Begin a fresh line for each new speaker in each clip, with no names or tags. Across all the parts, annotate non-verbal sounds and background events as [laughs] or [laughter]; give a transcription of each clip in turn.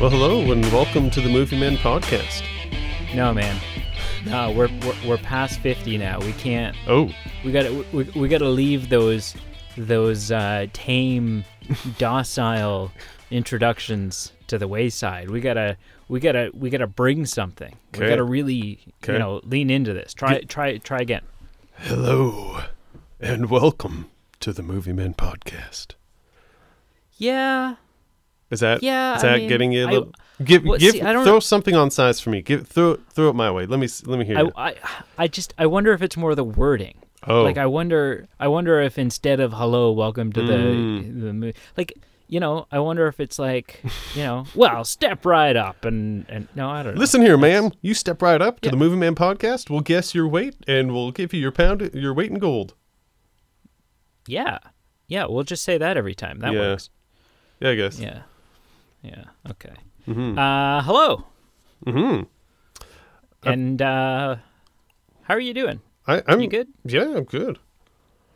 Well, hello and welcome to the Movie Man podcast.
No, man. No, we're we're, we're past fifty now. We can't.
Oh,
We got to we, we got to leave those those uh,
[laughs]
tame, docile introductions to the wayside. We gotta we gotta we gotta bring something.
Okay.
We gotta really
Okay.
you know lean into this. Try try try again.
hello and welcome to the Movie Man podcast.
Yeah.
Is that
Yeah,
Is
I
that
mean,
getting you? A
I-
little, give
well,
give
see, I don't-
throw something on size for me. Give throw throw it my way. Let me s- let me hear.
I,
you.
I I just I wonder if it's more the wording.
Oh,
Like I wonder, I wonder if instead of "Hello, welcome to the
Mm.
the movie," like you know, I wonder if it's like you know, [laughs] well, step right up and and no, I don't
[laughs]
know.
listen here, ma'am. You step right up to
Yeah.
the Movie Man podcast. We'll guess your weight and we'll give you your pound your weight in gold.
yeah, yeah, we'll just say that every time. That
Yeah.
works.
Yeah, I guess.
Yeah, yeah, okay. Uh, hello,
Mm-hmm.
and uh, how are you doing?
I, I'm
You good?
Yeah, I'm good.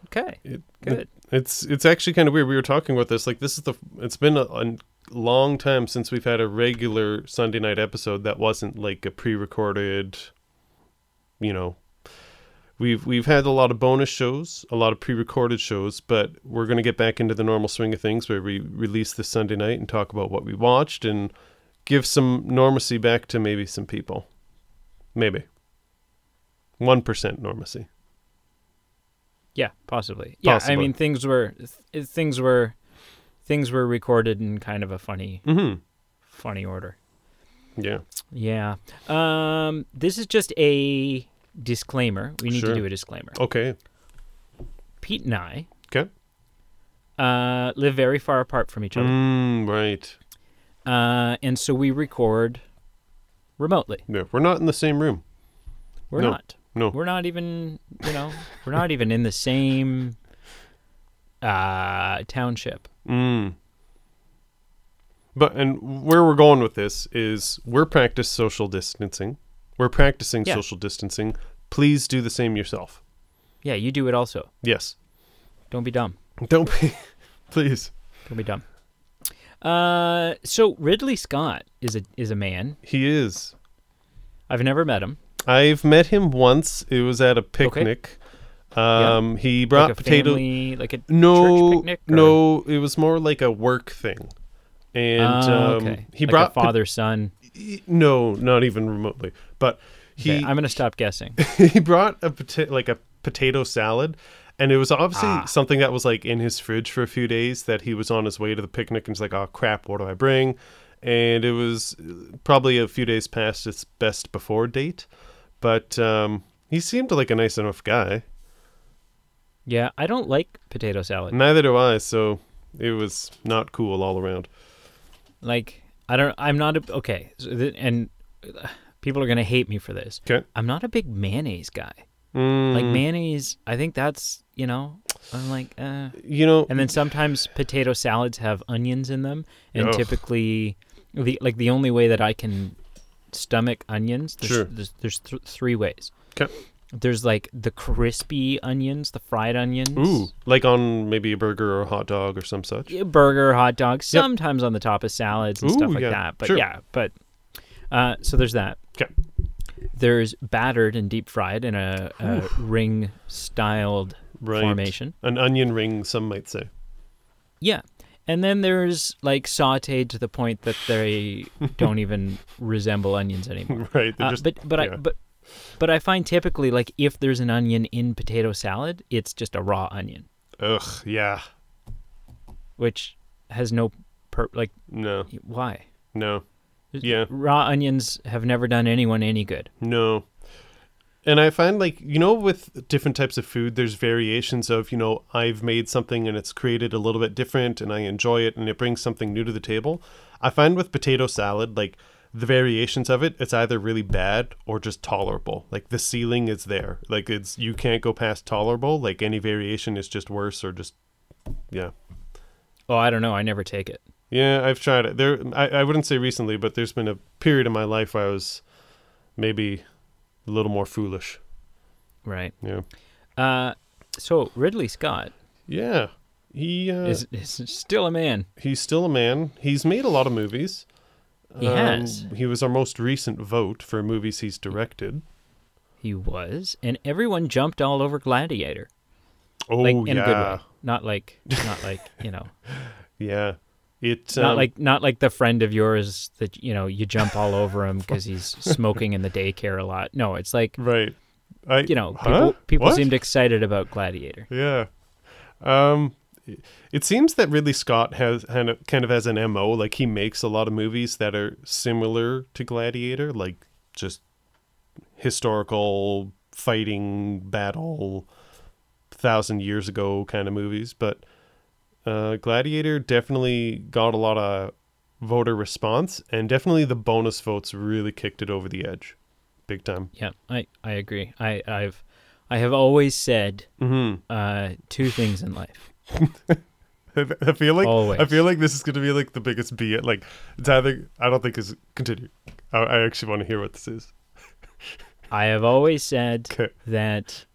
Okay,
It-
good.
It's it's actually kind of weird. We were talking about this. Like this is the it's been a, a long time since we've had a regular Sunday night episode that wasn't like a pre-recorded. You know, we've we've had a lot of bonus shows, a lot of pre-recorded shows, but we're gonna get back into the normal swing of things where we release this Sunday night and talk about what we watched and give some normacy back to maybe some people, maybe one percent normacy.
Yeah, possibly. Yeah, I
Possibly.
mean, things were th- things were things were recorded in kind of a funny
Mm-hmm.
funny order.
Yeah.
Yeah. Um, this is just a disclaimer. We need
Sure.
to do a disclaimer.
Okay.
Pete and I
Okay.
uh, live very far apart from each other,
Mm, right. Mm.
uh, and so we record remotely.
Yeah, we're not in the same room.
We're
No.
not.
No.
We're not even. You know. we're not even in the same uh, township.
Mm. But and where we're going with this is we're practice social distancing. We're practicing
Yeah.
social distancing. Please do the same yourself.
Yeah, you do it also.
Yes.
Don't be dumb.
Don't be. [laughs] Please.
Don't be dumb. Uh, so Ridley Scott is a is a man.
He is.
I've never met him.
I've met him once. It was at a picnic.
Yeah.
Um, he brought
like a
potato.
family, like a
no,
church picnic. or-
no, it was more like a work thing. And
Oh,
um,
okay.
he
Like a
brought po-
father son.
no, not even remotely. But he
okay, I'm gonna stop guessing.
[laughs]
[laughs]
he brought a pota- like a potato salad and it was obviously
Ah.
something that was like in his fridge for a few days that he was on his way to the picnic and he's like oh crap what do i bring and it was uh, probably a few days past its best before date but um he seemed like a nice enough guy
yeah, I don't like potato salad.
neither do i so it was not cool all around
Like I don't. I'm not a okay. So th- and uh, people are gonna hate me for this.
okay mm,
I'm not a big mayonnaise guy. Like mayonnaise, I think that's you know. I'm like, uh.
you know
and then sometimes potato salads have onions in them, and
Ugh.
typically, the like the only way that I can stomach onions, there's
Sure.
there's, there's th- three ways.
'Kay.
There's like the crispy onions, the fried onions.
ooh like on maybe a burger or a hot dog or some such
Yeah, burger, hot dog,
Yep.
sometimes on the top of salads and
Ooh,
stuff like
yeah,
that. But
sure.
yeah, but uh, so there's that.
'Kay.
There's battered and deep fried in a, a ring styled
right
formation.
an onion ring some might say [laughs]
Yeah. And then there's like sauteed to the point that
[laughs]
they don't even resemble onions anymore.
right [laughs] they're
Uh,
just
but but
yeah.
I but but I find typically like if there's an onion in potato salad, it's just a raw onion,
ugh yeah
which has no per like
no
why?
No. Yeah.
raw onions have never done anyone any good.
No. And I find like, you know, with different types of food, there's variations of, you know, I've made something and it's created a little bit different and I enjoy it and it brings something new to the table. I find with potato salad, like the variations of it, it's either really bad or just tolerable. Like the ceiling is there. Like it's, you can't go past tolerable. Like any variation is just worse or just, yeah.
Oh, I don't know. I never take it.
Yeah, I've tried it. There, I, I wouldn't say recently, but there's been a period in my life where I was maybe a little more foolish.
Right.
Yeah.
Uh, so Ridley Scott
Yeah. He uh,
is, is still a man.
he's still a man. He's made a lot of movies. Um,
He has.
He was our most recent vote for movies he's directed.
He was, and everyone jumped all over Gladiator.
Oh
Like in
yeah,
a good way. Not like not like,
[laughs]
you know.
yeah. It
not
um,
like not like the friend of yours that you know you jump all over him
[laughs]
because he's smoking in the daycare a lot. No, it's like
right. I
you know people
huh?
people
What?
seemed excited about Gladiator.
Yeah. Um it- it seems that Ridley Scott has kind of kind of has an MO like he makes a lot of movies that are similar to Gladiator like just historical fighting battle thousand years ago kind of movies but uh, Gladiator definitely got a lot of voter response and definitely the bonus votes really kicked it over the edge big time
Yeah, I I agree. I I've I have always said
mm-hmm.
uh, two things in life.
I feel like I
Always.
feel like this is going to be like the biggest be it. Like it's either I don't think is continue. I, I actually want to hear what this is.
I have always said
Okay.
that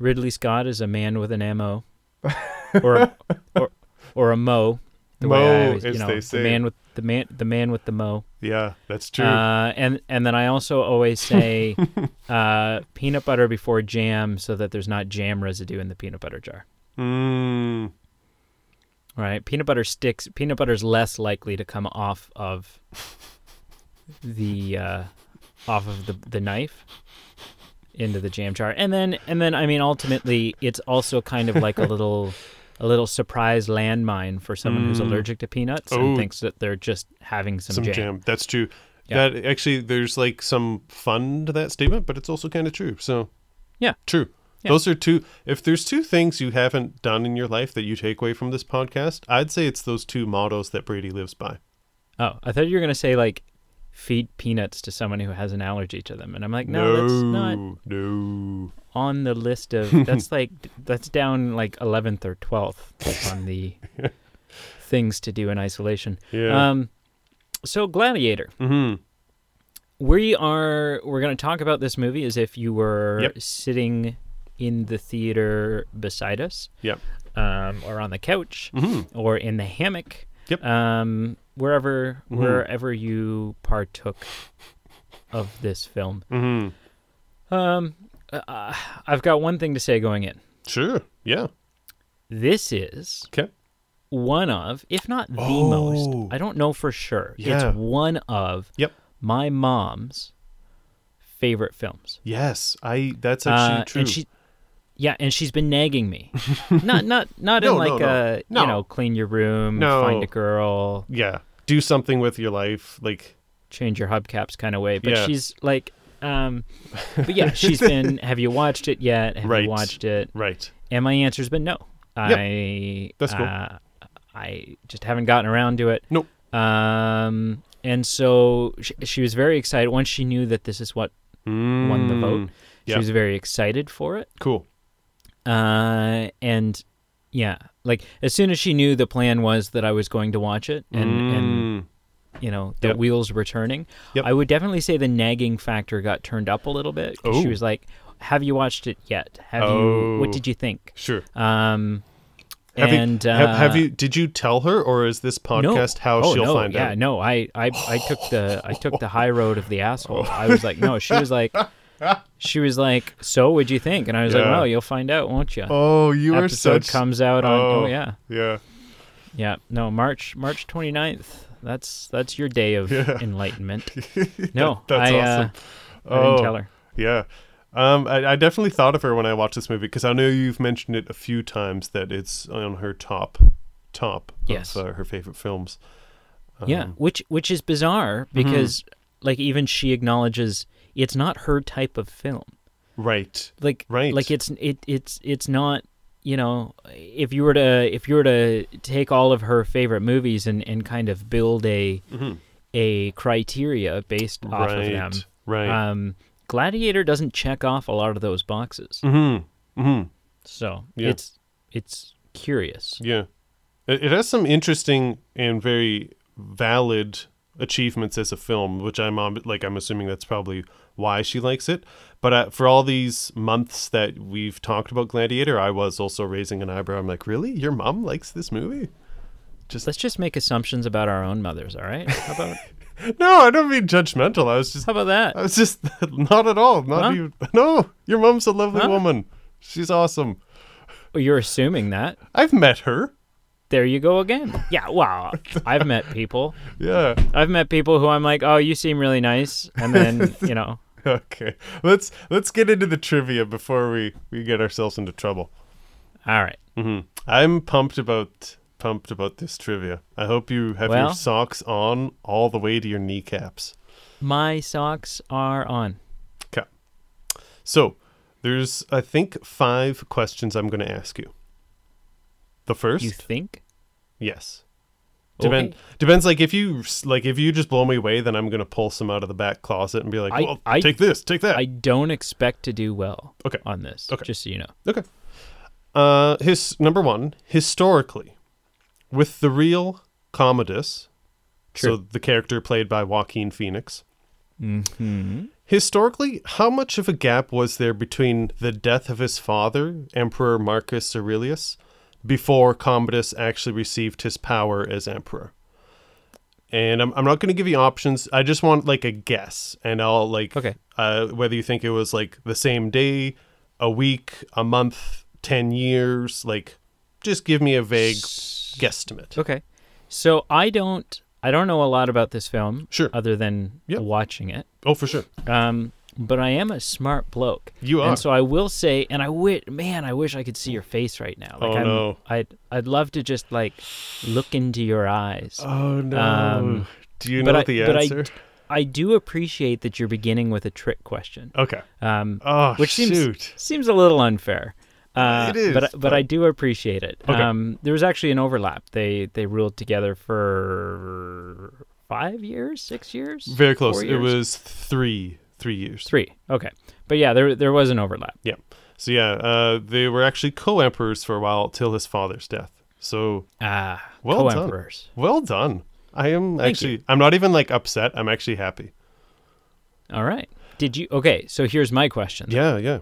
Ridley Scott is a man with
[laughs]
an mo, or a- or or a mo. The
Mo,
way I always,
as
you know,
they
the
say.
man with the man the man with the mo.
Yeah, that's true.
Uh, and and then I also
[laughs]
always say uh, peanut butter before jam, so that there's not jam residue in the peanut butter jar.
mm,
All Right? Peanut butter sticks. Peanut butter's less likely to come off of the uh, off of the the knife into the jam jar. And then and then I mean ultimately it's also kind of like a little a little surprise landmine for someone who's
Mm.
allergic to peanuts
Oh.
and thinks that they're just having some,
some jam.
jam.
That's true.
Yeah.
That actually there's like some fun to that statement, but it's also kind of true. So
Yeah.
true.
Yeah.
Those are two. If there's two things you haven't done in your life that you take away from this podcast, I'd say it's those two mottos that Brady lives by.
Oh, I thought you were gonna say like feed peanuts to someone who has an allergy to them, and I'm like, no, that's not Um,
no.
on the list
[laughs]
of. That's like that's down like eleventh or twelfth
[laughs]
on the things to do in isolation.
Yeah.
Um, so Gladiator,
hmm
we are we're gonna talk about this movie as if you were
Yep.
sitting in the theater beside us,
Yep.
um, or on the couch,
hmm
or in the hammock.
Yep.
Um, wherever
Mhm.
wherever you partook of this film.
hmm
Um, uh, I've got one thing to say going in.
Sure. Yeah.
This is
Okay.
one of, if not the
Oh.
most. I don't know for sure.
Yeah.
It's one of
Yep.
my mom's favorite films.
Yes, I. That's actually
Uh,
true.
And she, yeah, and she's been nagging
[laughs]
me. not not not
No, no,
in like
no.
a
No.
you know clean your room,
No.
find a girl,
yeah, do something with your life. Like,
change your hubcaps kind of way. But
Yeah.
she's like,
[laughs]
um, but yeah, she's been. Have you watched it yet? Have
Right.
you watched it?
right?
And my answer's been no. I
That's cool.
uh, I just haven't gotten around to it.
Nope.
Um, and so she, she was very excited once she knew that this is what won the vote.
Mm, yeah.
She was very excited for it.
Cool.
Uh, and yeah, like as soon as she knew the plan was that I was going to watch it and and
Mm,
you know the
Yep.
wheels were turning
Yep.
i would definitely say the nagging factor got turned up a little bit 'cause she
Oh.
was like have you watched it yet have you
Oh.
what did you think
sure.
um
Have
and
you,
uh,
have, have you? Did you tell her, or is this podcast
no.
how
oh,
she'll
no.
find
yeah,
out?
no i i i took the i took the high road of the asshole i was like no she was
[laughs]
like she was like so what'd you think and i was like
Yeah.
well you'll find out won't you
Oh, you are
episode
such.
comes out on
oh.
oh yeah
yeah.
Yeah, no, March March 29th. That's that's your day of
Yeah. [laughs]
enlightenment. No,
that's
I,
awesome.
Uh, I didn't
Oh.
tell her.
Yeah. Um, I, I definitely thought of her when I watched this movie because I know you've mentioned it a few times that it's on her top, top
Yes.
of uh, her favorite films.
yeah,
Um, mm-hmm.
which which is bizarre because like even she acknowledges it's not her type of film.
Right.
Like
Right.
like it's it it's it's not you know if you were to if you were to take all of her favorite movies and and kind of build a
Mhm.
a criteria based off
right.
of them.
Right.
Um, Gladiator doesn't check off a lot of those boxes.
mm-hmm. Mm-hmm.
So
Yeah.
it's it's curious.
Yeah. It, it has some interesting and very valid achievements as a film, which I'm on, like, I'm assuming that's probably why she likes it. But uh, for all these months that we've talked about Gladiator, I was also raising an eyebrow. I'm like, really? Your mom likes this movie? [laughs]
Let's just make assumptions about our own mothers, all right? How about
No, I don't mean judgmental. I was just
How about
[laughs]
that?
I was just not at all. Not
Huh?
even. [laughs] No, your mom's a lovely
Huh?
woman. She's awesome.
Well, you're assuming that.
I've met her.
There you go again. Yeah, wow. I've met people.
Yeah. [laughs]
I've met people who I'm like, oh, you seem really nice, and then you know,
Okay. Let's let's get into the trivia before we we get ourselves into trouble.
all right.
hmm I'm pumped about pumped about this trivia. I hope you have your
Well-
socks on all the way to your kneecaps.
My socks are on.
Okay. So there's I think five questions I'm going to ask you. The first,
You think?
yes.
Okay.
Depend, Depends. Like if you like if you just blow me away, then I'm gonna pull some out of the back closet and be like,
I-
"Well,
I-
take this, take that."
I don't expect to do well
okay.
on this.
Okay.
Just so you know.
Okay. Uh, his number one historically, with the real Commodus, so
True.
the character played by Joaquin Phoenix.
Mm-hmm.
Historically, how much of a gap was there between the death of his father, Emperor Marcus Aurelius, before Commodus actually received his power as emperor? And I'm, I'm not going to give you options. I just want like a guess, and I'll like
Okay.
uh, whether you think it was like the same day, a week, a month, ten years. Like, just give me a vague guesstimate.
Okay. So I don't I don't know a lot about this film
Sure.
other than
Yeah.
watching it.
Oh, for sure.
Um but I am a smart bloke.
You are.
And so I will say and I wish man, I wish I could see your face right now. Like
Oh,
I'm
no.
I'd I'd love to just like look into your eyes.
Oh no.
Um,
Do you
but
know
I-
the
but I
answer?
d- I do appreciate that you're beginning with a trick question.
okay.
Um
Oh,
which seems
shoot.
seems a little unfair. Uh,
It is,
but but,
but-
I do appreciate it.
Okay.
Um, there was actually an overlap. They they ruled together for five years, six years,
Very close.
Four
It
years?
was three three years.
three. Okay, but yeah, there there was an overlap.
Yeah. So yeah, uh, they were actually co-emperors for a while till his father's death. So
Ah,
Well done.
co-emperors.
well done. I am
Thank
actually. I'm not even like upset. I'm actually happy.
All right. Did you? Okay, so here's my question.
Yeah. Yeah.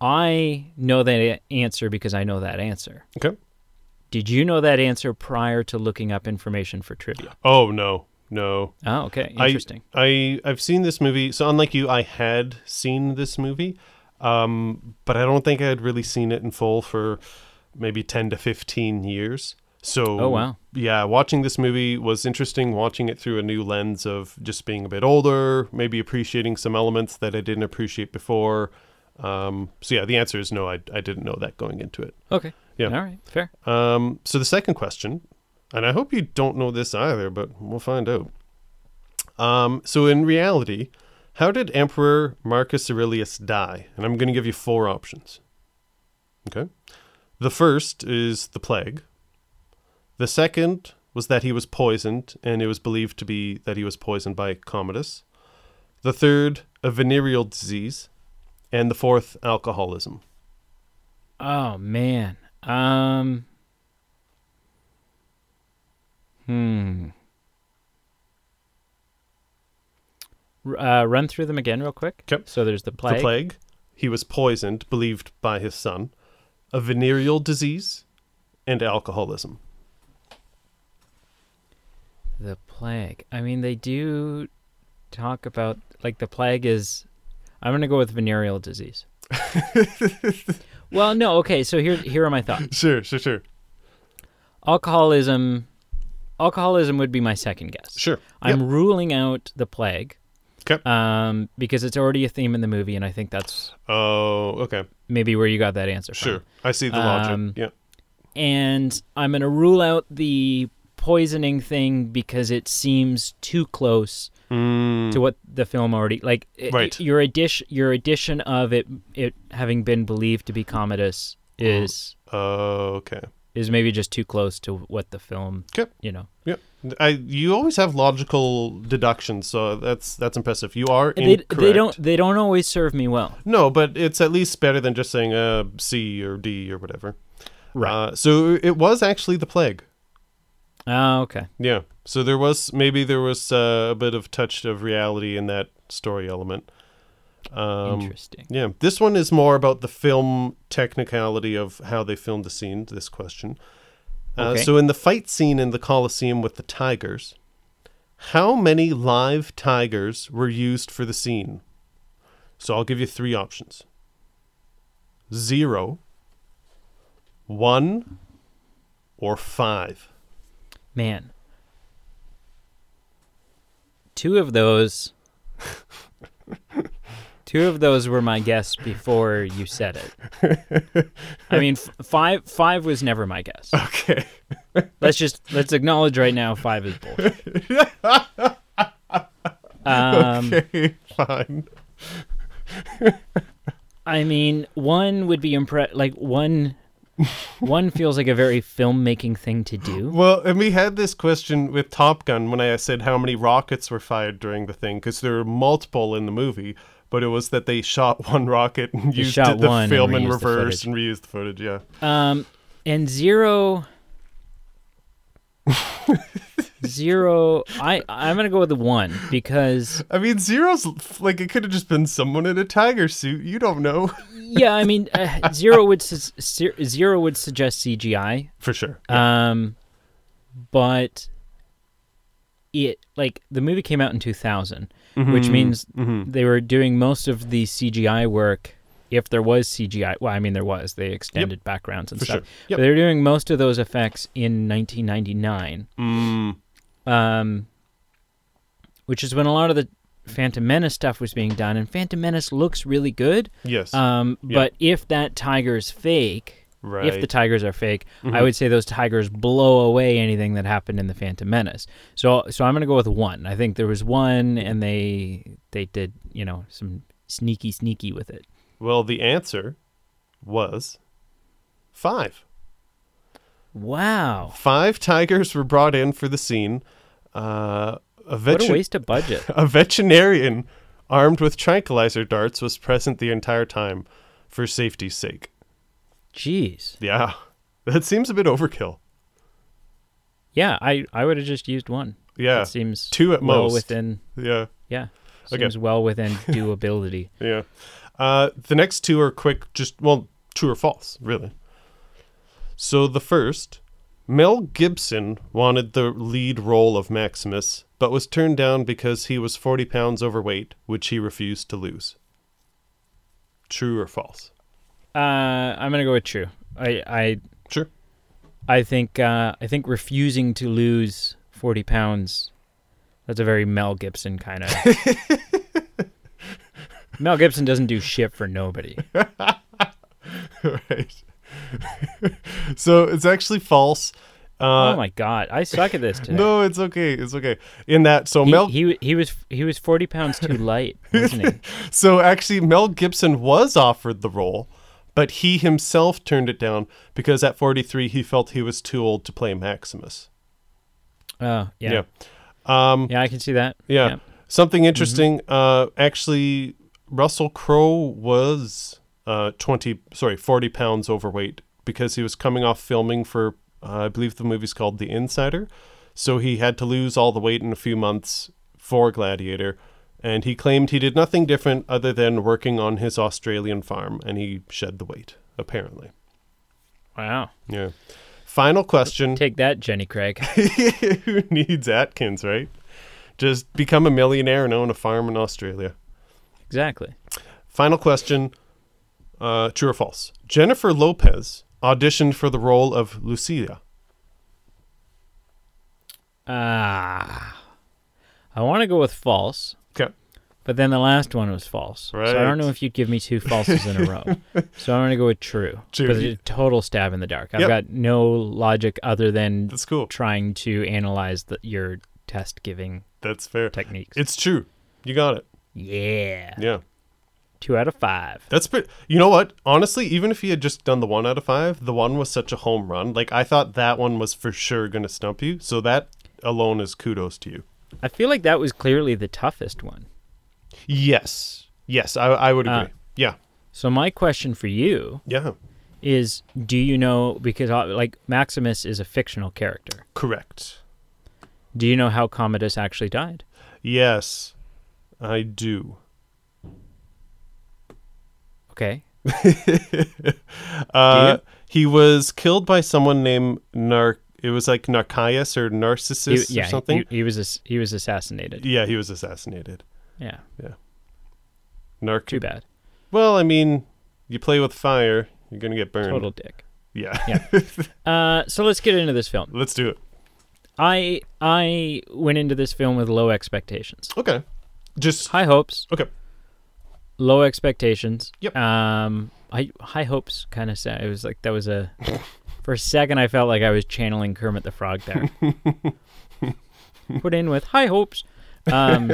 I know that a- answer because I know that answer.
Okay.
Did you know that answer prior to looking up information for trivia?
Oh no. No.
Oh, okay,
I-
interesting.
I I've seen this movie. So unlike you, I had seen this movie, um, but I don't think I had really seen it in full for maybe ten to fifteen years. So
Oh, wow.
yeah, watching this movie was interesting. Watching it through a new lens of just being a bit older, maybe appreciating some elements that I didn't appreciate before. Um, so yeah, the answer is no. I I didn't know that going into it.
okay.
yeah.
All right. Fair.
Um, so the second question, and I hope you don't know this either, but we'll find out. Um, so in reality, how did Emperor Marcus Aurelius die? And I'm going to give you four options. Okay. The first is the plague. The second was that he was poisoned, and it was believed to be that he was poisoned by Commodus. The third, a venereal disease, and the fourth, alcoholism.
Oh man. Um. Hmm. R- uh, run through them again real quick.
Yep.
So there's the plague.
the plague. He was poisoned, believed by his son, a venereal disease, and alcoholism.
The plague. I mean, they do talk about like the plague is. I'm gonna go with
[laughs]
venereal disease. well, no. Okay. So here, here are my thoughts.
Sure, sure, sure,
Alcoholism. Alcoholism would be my second guess.
sure.
I'm
Yep.
ruling out the plague.
'Kay.
Um, because it's already a theme in the movie, and I think that's
Oh, okay,
maybe where you got that answer from.
sure. I see the
Um,
logic. Yeah,
And I'm gonna rule out the poisoning thing because it seems too close
mm,
to what the film already like. it-
Right.
Your addition, your addition of it, it having been believed to be Commodus
Hmm.
is
okay.
is maybe just too close to what the film.
'Kay.
You know.
Yeah, I. You always have logical deductions, so that's that's impressive. You are
They,
incorrect.
they don't they don't always serve me well.
No, but it's at least better than just saying uh, C or D or whatever.
Right.
Uh, so it was actually the plague.
Oh, okay.
Yeah. So there was maybe there was uh, a bit of touch of reality in that story element. Um,
Interesting.
yeah. This one is more about the film technicality of how they filmed the scene. This question. Uh,
Okay.
So in the fight scene in the Colosseum with the tigers, How many live tigers were used for the scene? So I'll give you three options zero, one, or five.
Man. Two of those Two of those were my guess before you said it. I mean, f- five five was never my guess.
Okay.
Let's just let's acknowledge right now five is bullshit. Um,
okay. Fine.
I mean, one would be impre- like one one feels like a very filmmaking thing to do.
Well, and we had this question with Top Gun when I said how many rockets were fired during the thing because there were multiple in the movie, but it was that they shot [laughs] one rocket and used
shot
it- the
one and
film in
reused the
reverse
footage.
and reused the footage. Yeah,
Um and zero zero I I'm going to go with the one because
I mean zero's like it could have just been someone in a tiger suit. You don't know [laughs]
yeah, I mean uh, zero would sus- ser- zero would suggest CGI.
for sure.
Um but it like the movie came out in 2000,
Mm-hmm,
which means they were doing most of the CGI work if there was CGI. Well, I mean there was. They extended backgrounds and
For
stuff.
sure. Yep.
But they were doing most of those effects in 1999.
Mm,
Um which is when a lot of the Phantom Menace stuff was being done and Phantom Menace looks really good.
yes,
Um
Yeah.
but if that tiger's fake,
right. Mm-hmm.
if the tigers are fake, I would say those tigers blow away anything that happened in the Phantom Menace. So so I'm gonna go with one. I think there was one, and they they did you know some sneaky sneaky with it.
well, the answer was five.
Wow,
Five tigers were brought in for the scene. Uh, a
what a
veteran-
waste
[laughs]
of budget.
A veterinarian armed with tranquilizer darts was present the entire time for safety's sake.
Jeez.
Yeah, that seems a bit overkill.
Yeah, I I would have just used one.
Yeah.
it seems
two at
well
most.
within
Yeah,
yeah.
Okay.
Seems
[laughs]
well within doability.
yeah. Uh, the next two are quick, just, well, true or false, really. So the first Mel Gibson wanted the lead role of Maximus, but was turned down because he was 40 pounds overweight, which he refused to lose. True or false?
Uh, I'm gonna go with true. I I
Sure.
I think uh, I think refusing to lose forty pounds. That's a very Mel
[laughs]
Gibson kind of. Mel Gibson doesn't do shit for nobody.
Uh, [laughs] right. so it's actually false. Uh,
oh my god, I suck at this today.
no, it's okay. It's okay. In that, so
he,
Mel,
he he was he was forty
[laughs]
pounds too light, wasn't he?
so actually Mel Gibson was offered the role, but he himself turned it down because at 43 he felt he was too old to play Maximus.
Oh yeah, yeah,
Yeah. Um,
I can see that.
yeah. Something interesting. Uh, actually, Russell Crowe was uh 20, sorry, 40 pounds overweight because he was coming off filming for, uh, I believe the movie's called The Insider. So he had to lose all the weight in a few months for Gladiator. And he claimed he did nothing different other than working on his Australian farm and he shed the weight, apparently.
Wow,
Yeah. Final question.
take that, Jenny
[laughs]
Craig.
Who needs Atkins, right? Just become a millionaire and own a farm in Australia.
exactly.
Final question uh, True or false? Jennifer Lopez auditioned for the role of Lucia.
Ah, I want to go with false.
Okay.
But then the last one was false. So I
Right.
don't know if you'd give me two falses in a row. So I'm going to go with true.
[laughs] True.
But a total stab in the dark. I've
Yep.
got no logic other than
That's cool.
trying to analyze the, your test giving
That's fair.
techniques.
It's true. You got it.
yeah.
Yeah.
Two out of five.
That's pretty. You know what? Honestly, even if he had just done the one out of five, the one was such a home run. Like, I thought that one was for sure going to stump you. So that alone is kudos to you.
I feel like that was clearly the toughest one.
Yes. Yes. I, I would agree.
Uh,
yeah.
So my question for you
Yeah.
is do you know because uh, like Maximus is a fictional character.
Correct.
Do you know how Commodus actually died?
Yes, I do.
Okay.
Uh, he was killed by someone named Nar- It was like Narcaeus or
He-
Narcissus
yeah,
or
he-
something.
He, he was ass- he was assassinated.
yeah, he was assassinated.
Yeah,
Narc.
too bad.
Well, I mean, you play with fire, you're gonna get burned.
Total dick.
Yeah.
Uh, so let's get into this film.
[laughs] Let's do it.
I I went into this film with low expectations,
Okay. Just
high hopes.
Okay.
Low expectations.
Yep.
Um, I high hopes kind of sad. It was like that was a. For a second, I felt like I was channeling Kermit the Frog there. Put in with high hopes,
[laughs]
um,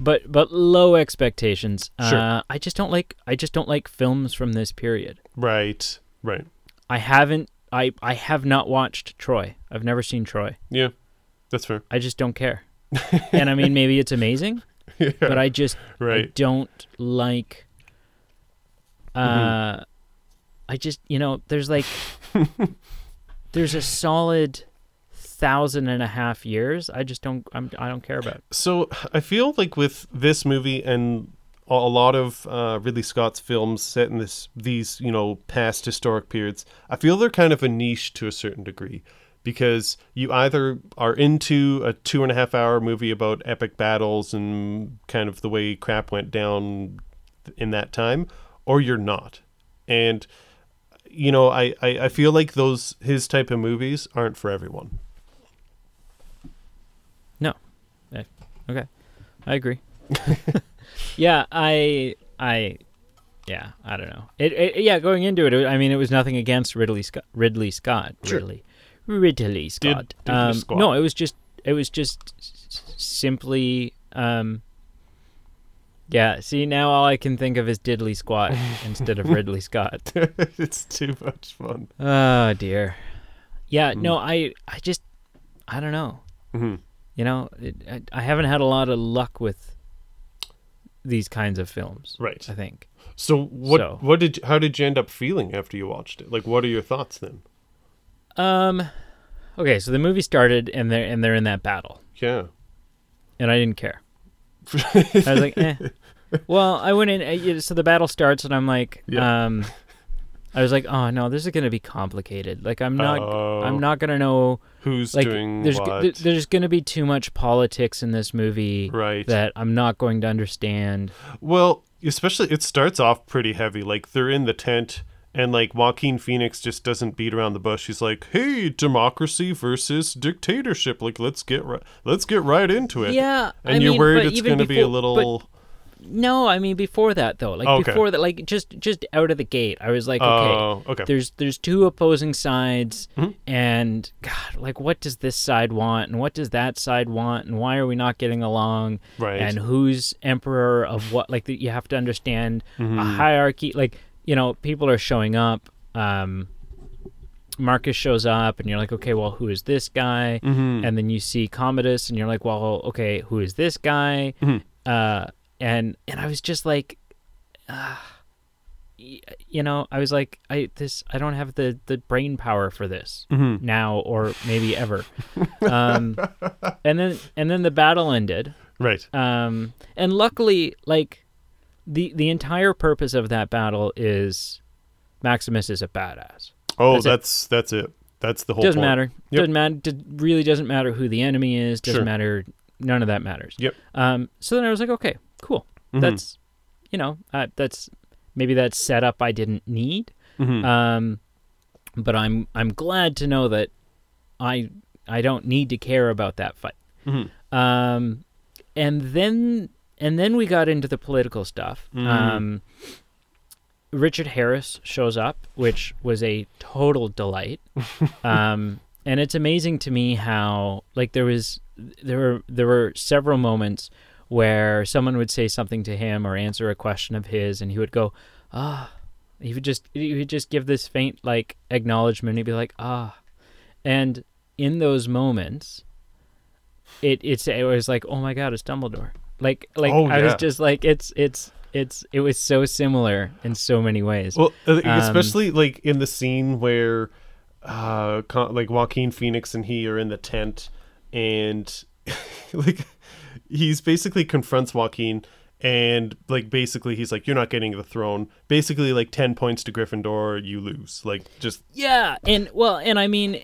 but but low expectations.
Sure.
Uh, I just don't like I just don't like films from this period.
right. Right.
I haven't I I have not watched Troy. I've never seen Troy.
Yeah. That's fair. [laughs]
I just don't care. and I mean maybe it's amazing,
yeah.
but I just I
right.
don't like uh
Mm-hmm.
I just you know, there's
[laughs]
like there's a solid thousand and a half years I just don't I'm I don't care about.
So I feel like with this movie and a a lot of uh, Ridley Scott's films set in this these you know past historic periods, I feel they're kind of a niche to a certain degree because you either are into a two and a half hour movie about epic battles and kind of the way crap went down in that time, or you're not, and you know I, I, I feel like those his type of movies aren't for everyone. [laughs]
Okay. I agree. [laughs] yeah, I I yeah, I don't know. It, it yeah, going into it, I mean, it was nothing against Ridley Scott. Ridley Scott.
Sure.
Ridley. Ridley Scott.
did the
um,
squat.
no, it was just it was just s- s- simply um yeah, see now all I can think of is Diddley Squat instead of Ridley Scott.
it's too much fun.
Oh dear. Yeah,
Hmm.
no, I I just I don't know.
Mhm.
You know, it, I, I haven't had a lot of luck with these kinds of films.
Right.
I think.
So what
So-
what did how did you end up feeling after you watched it? Like what are your thoughts then?
Um, okay, so the movie started and they're and they're in that battle,
Yeah.
and I didn't care. I was
[laughs]
like, eh. Well, I went in. uh, yeah, So the battle starts, and I'm like,
Yeah.
um, I was like, oh no, this is gonna be complicated. Like, I'm not,
Oh.
I'm not gonna know.
Who's
Like,
doing
there's
what?
th- there's gonna be too much politics in this movie.
right.
that I'm not going to understand.
Well, especially it starts off pretty heavy. Like they're in the tent and like Joaquin Phoenix just doesn't beat around the bush. He's like, "Hey, democracy versus dictatorship. Like let's get ri- let's get right into it."
Yeah,
And
I
you're
mean,
worried
but
it's
even
going to be a
before- but
little
No, I mean before that though, like
Okay.
before that, like just just out of the gate, I was like, okay,
Oh, okay. Mm-hmm.
there's there's two opposing sides, and God, like what does this side want, and what does that side want, and why are we not getting along,
Right.
And who's emperor of what? Like that, you have to understand a hierarchy. Like you know, people are showing up. Um, Marcus shows up, and you're like, okay, well, who is this guy? And then you see Commodus, and you're like, well, okay, who is this guy? Uh, and and I was just like, uh, you know, I was like, I this I don't have the the brain power for this now or maybe ever. um, and then and then the battle ended.
right.
Um, and luckily, like the the entire purpose of that battle is Maximus is a badass.
Oh,
that's it.
that's that's it. That's the whole
doesn't
point.
matter.
Yep.
Doesn't matter. d- Really doesn't matter who the enemy is. Doesn't
Sure.
matter. None of that matters.
Yep. Mm-hmm.
Um, so then I was like, okay, cool. That's you know uh, that's maybe that setup I didn't need.
Mhm.
Um, but I'm I'm glad to know that I I don't need to care about that fight.
Mhm.
Um, and then and then we got into the political stuff. Um, Richard Harris shows up, which was a total delight. um, and it's amazing to me how like there was there were there were several moments where someone would say something to him or answer a question of his, and he would go, ah. He would just he would just give this faint like acknowledgement. He'd be like, ah, and in those moments, it it's it was like, oh my god, it's Dumbledore. Like like
Oh,
I was
yeah.
just like, it's it's it's it was so similar in so many ways.
Well, I think
Um,
especially like in the scene where, uh, Co- like Joaquin Phoenix and he are in the [laughs] tent, and like he's basically confronts Joaquin, and like basically he's like you're not getting the throne basically like 10 points to gryffindor you lose like just
Yeah, and well, and I mean,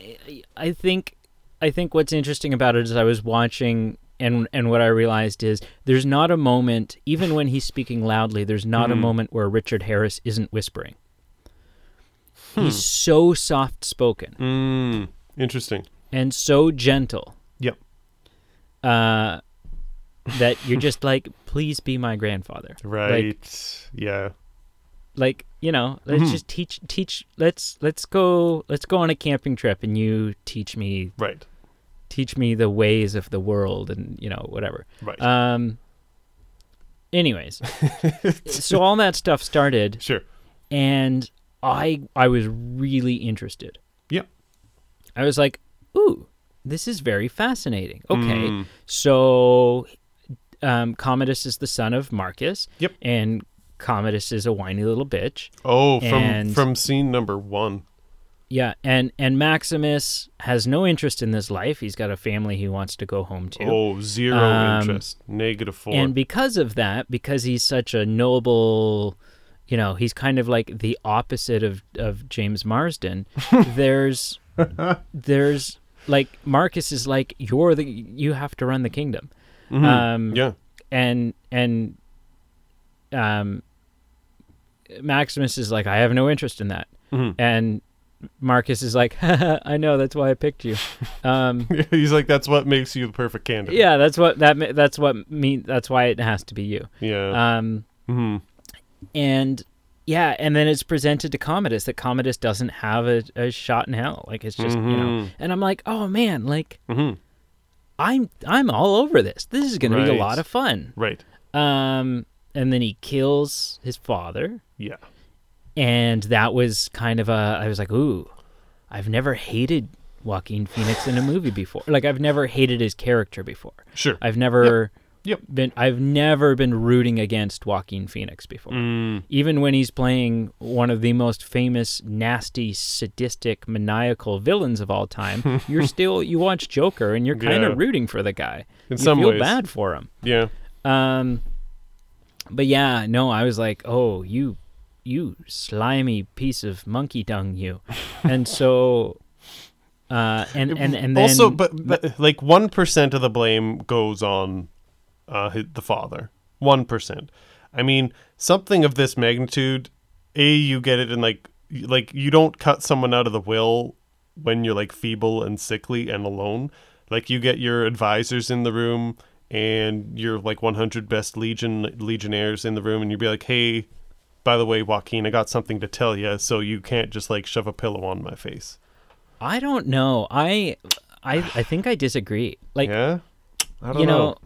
I think, I think what's interesting about it is I was watching, and and what I realized is there's not a moment, even when he's speaking loudly, there's not a moment where Richard Harris isn't whispering. He's so soft spoken
mm, interesting
and so gentle
yep
uh, that you're just like, please be my grandfather,
right
Like,
yeah
like you know let's just teach teach let's let's go let's go on a camping trip and you teach me
right
teach me the ways of the world and you know whatever
right
um
[laughs]
anyways so all that stuff started
sure
and i i was really interested
Yep.
i was like ooh this is very fascinating okay
Mm.
so um commodus is the son of marcus
Yep.
and commodus is a whiny little bitch
oh from
And-
from scene number one
Yeah, and and Maximus has no interest in this life. He's got a family he wants to go home to.
oh zero
Um,
interest negative four
and because of that, because he's such a noble, you know, he's kind of like the opposite of of James Marsden. there's there's like Marcus is like you're the you have to run the kingdom.
Mhm.
um,
yeah
and and um Maximus is like, I have no interest in that,
Mhm.
and Marcus is like, [laughs] I know that's why I picked you. Um,
[laughs] he's like that's what makes you the perfect candidate
yeah, that's what that ma- that's what mean that's why it has to be you.
yeah
Um,
hmm
and yeah, and then it's presented to Commodus that Commodus doesn't have a, a shot in hell. Like it's just you know,
Mhm.
and I'm like, oh man, like
Mhm.
I'm I'm all over this. This is going to be
Right.
a lot of fun.
right
Um, and then he kills his father.
yeah
and that was kind of a I was like, ooh, I've never hated Joaquin Phoenix in a movie before. Like I've never hated his character before.
sure
I've never
Yep.
been I've never been rooting against Joaquin Phoenix before.
Mm,
Even when he's playing one of the most famous, nasty, sadistic, maniacal villains of
[laughs]
all time, you're still you watch Joker and you're kind
Yeah.
of rooting for the guy.
in
you
some
feel
ways
bad for him.
yeah
Um, but yeah, no, I was like, oh, you, you slimy piece of monkey dung, you. And so, uh, and and and then
also, but, but like one percent of the blame goes on uh, hi- the father. One percent. I mean, something of this magnitude, a you get it in like y- like you don't cut someone out of the will when you're like feeble and sickly and alone. Like you get your advisors in the room and your like 100 best legion legionnaires in the room, and you'd be like, hey. By the way, Joaquin, I got something to tell you, so you can't just like shove a pillow on my face.
I don't know. I, I, I think I disagree. Like
Yeah, I don't
you know.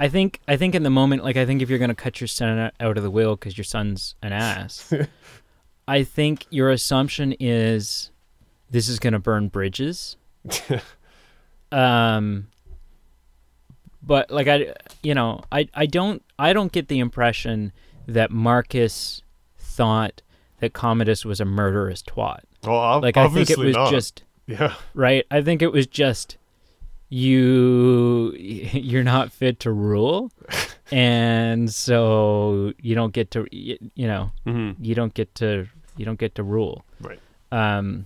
I think I think in the moment, like I think if you're gonna cut your son o- out of the will because your son's an
[laughs]
ass, I think your assumption is this is gonna burn
[laughs]
bridges. um, but like I, you know, I I don't I don't get the impression that Marcus thought that Commodus was a murderous twat.
Well, ob-
Like I think
obviously
it was
not.
just
[laughs] yeah,
right? I think it was just you [laughs] you're not fit to rule and so you don't get to you know
mm-hmm.
you don't get to you don't get to rule
right.
um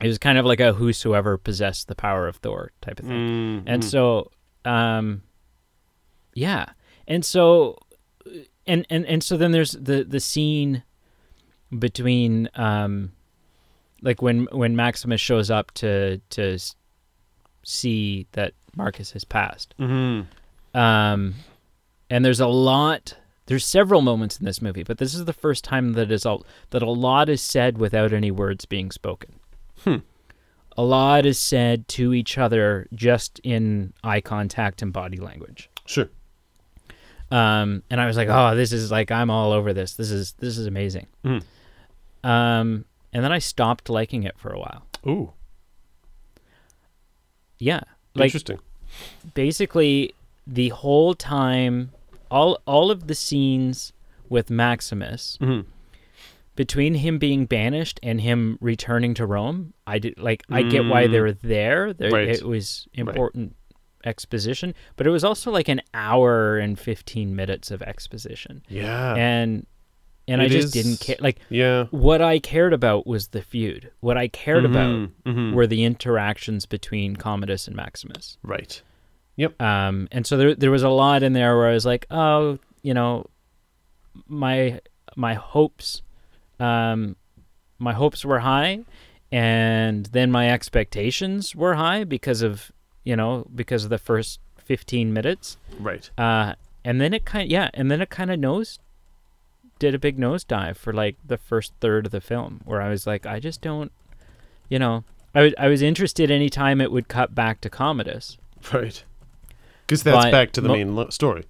it was kind of like a whosoever possessed the power of thor type of thing
mm
and so um yeah and so and and and so then there's the the scene between um like when when maximus shows up to to s- see that marcus has passed
mm-hmm.
um and there's a lot there's several moments in this movie but this is the first time that is all that a lot is said without any words being spoken a lot is said to each other just in eye contact and body language
sure.
um, and I was like, "Oh, this is like I'm all over this. This is this is amazing."
Mhm.
Um, and then I stopped liking it for a while.
Ooh,
Yeah, like
interesting.
basically the whole time, all all of the scenes with Maximus
Mhm.
between him being banished and him returning to Rome, I did like I get why they were there. There-
Mm. Right.
It was important exposition, but it was also like an hour and 15 minutes of exposition.
Yeah.
And and I
It
just
is-
didn't care like
yeah.
what I cared about was the feud. What I cared about
Mhm, mhm.
were the interactions between Commodus and Maximus.
right.
Um, and so there there was a lot in there where I was like, oh, you know, my my hopes, um, my hopes were high, and then my expectations were high because of you know because of the first fifteen minutes,
Right. [laughs]
uh, and then it kind yeah, and then it kind of nose did a big nosedive for like the first third of the film where I was like, I just don't, you know, I was I was interested any time it would cut back to Commodus.
Right. Because that's
But
back to the
mo-
main lo- story.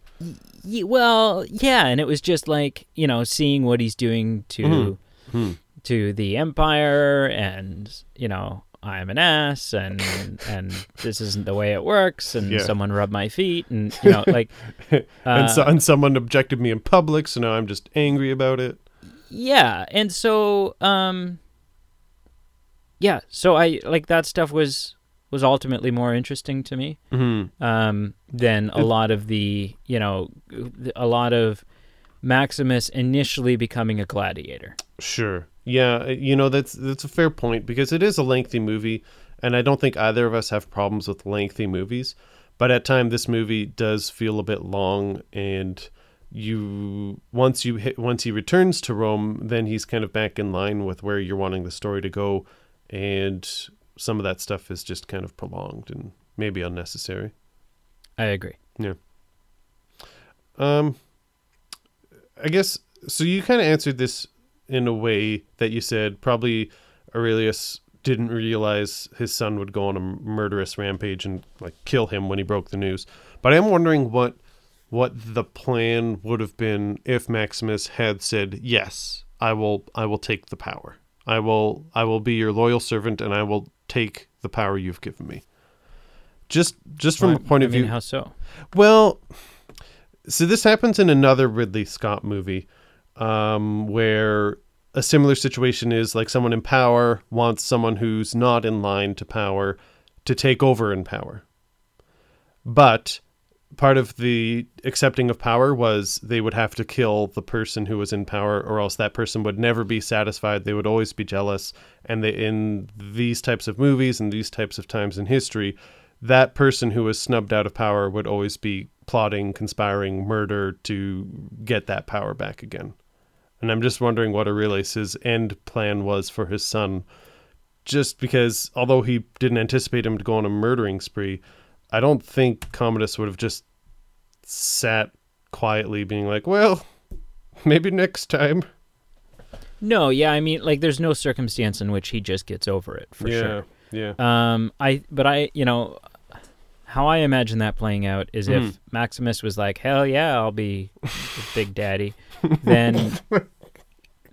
Ye well, yeah, and it was just like you know seeing what he's doing to
Mhm. Mhm.
to the empire, and you know I'm an ass, and and this isn't the way it works, and
Yeah.
someone rubbed my feet, and you know like uh,
[laughs] and, so, and someone objected me in public, so now I'm just angry about it.
yeah, and so um yeah, so I like that stuff was was ultimately more interesting to me.
Mm-hmm.
um, than a
It-
lot of the you know a lot of Maximus initially becoming a gladiator.
Sure. Yeah, uh, you know that's that's a fair point because it is a lengthy movie, and I don't think either of us have problems with lengthy movies. But at time, this movie does feel a bit long, and you once you hit once he returns to Rome, then he's kind of back in line with where you're wanting the story to go, and some of that stuff is just kind of prolonged and maybe unnecessary.
I agree.
Um, I guess so. You kind of answered this in a way that you said probably Aurelius didn't realize his son would go on a murderous rampage and like kill him when he broke the news. But I'm wondering what what the plan would have been if Maximus had said, "Yes, I will. I will take the power. I will. I will be your loyal servant, and I will take the power you've given me." Just just from
Why-
a point
I
of
mean,
view,
how so?
well, so this happens in another Ridley Scott movie um, where a similar situation is like someone in power wants someone who's not in line to power to take over in power. But part of the accepting of power was they would have to kill the person who was in power or else that person would never be satisfied they would always be jealous and they, in these types of movies and these types of times in history that person who was snubbed out of power would always be plotting conspiring murder to get that power back again and i'm just wondering what aurelius's end plan was for his son just because although he didn't anticipate him to go on a murdering spree i don't think commodus would have just sat quietly being like, well, maybe next time.
No, yeah, I mean, like, there's no circumstance in which he just gets over it for
yeah, Yeah.
sure. Um, I, but I, you know, how I imagine that playing out is
Hmm.
if Maximus was like, "Hell yeah, I'll be the
[laughs]
Big Daddy," then,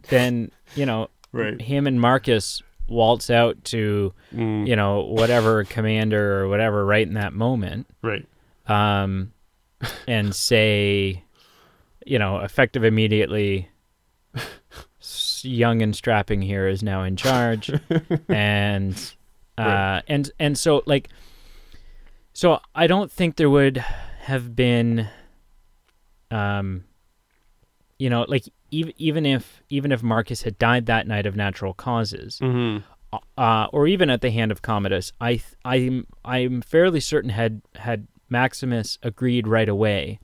then you know,
Right.
him and Marcus waltz out to
Mm,
you know whatever commander or whatever right in that moment
Right.
um and say you know effective immediately s- young and strapping here is now in charge and uh
Right.
and and so like so i don't think there would have been um you know like even even if even if marcus had died that night of natural causes
Mm-hmm.
uh, or even at the hand of Commodus, I th- I'm I'm fairly certain had had Maximus agreed right away,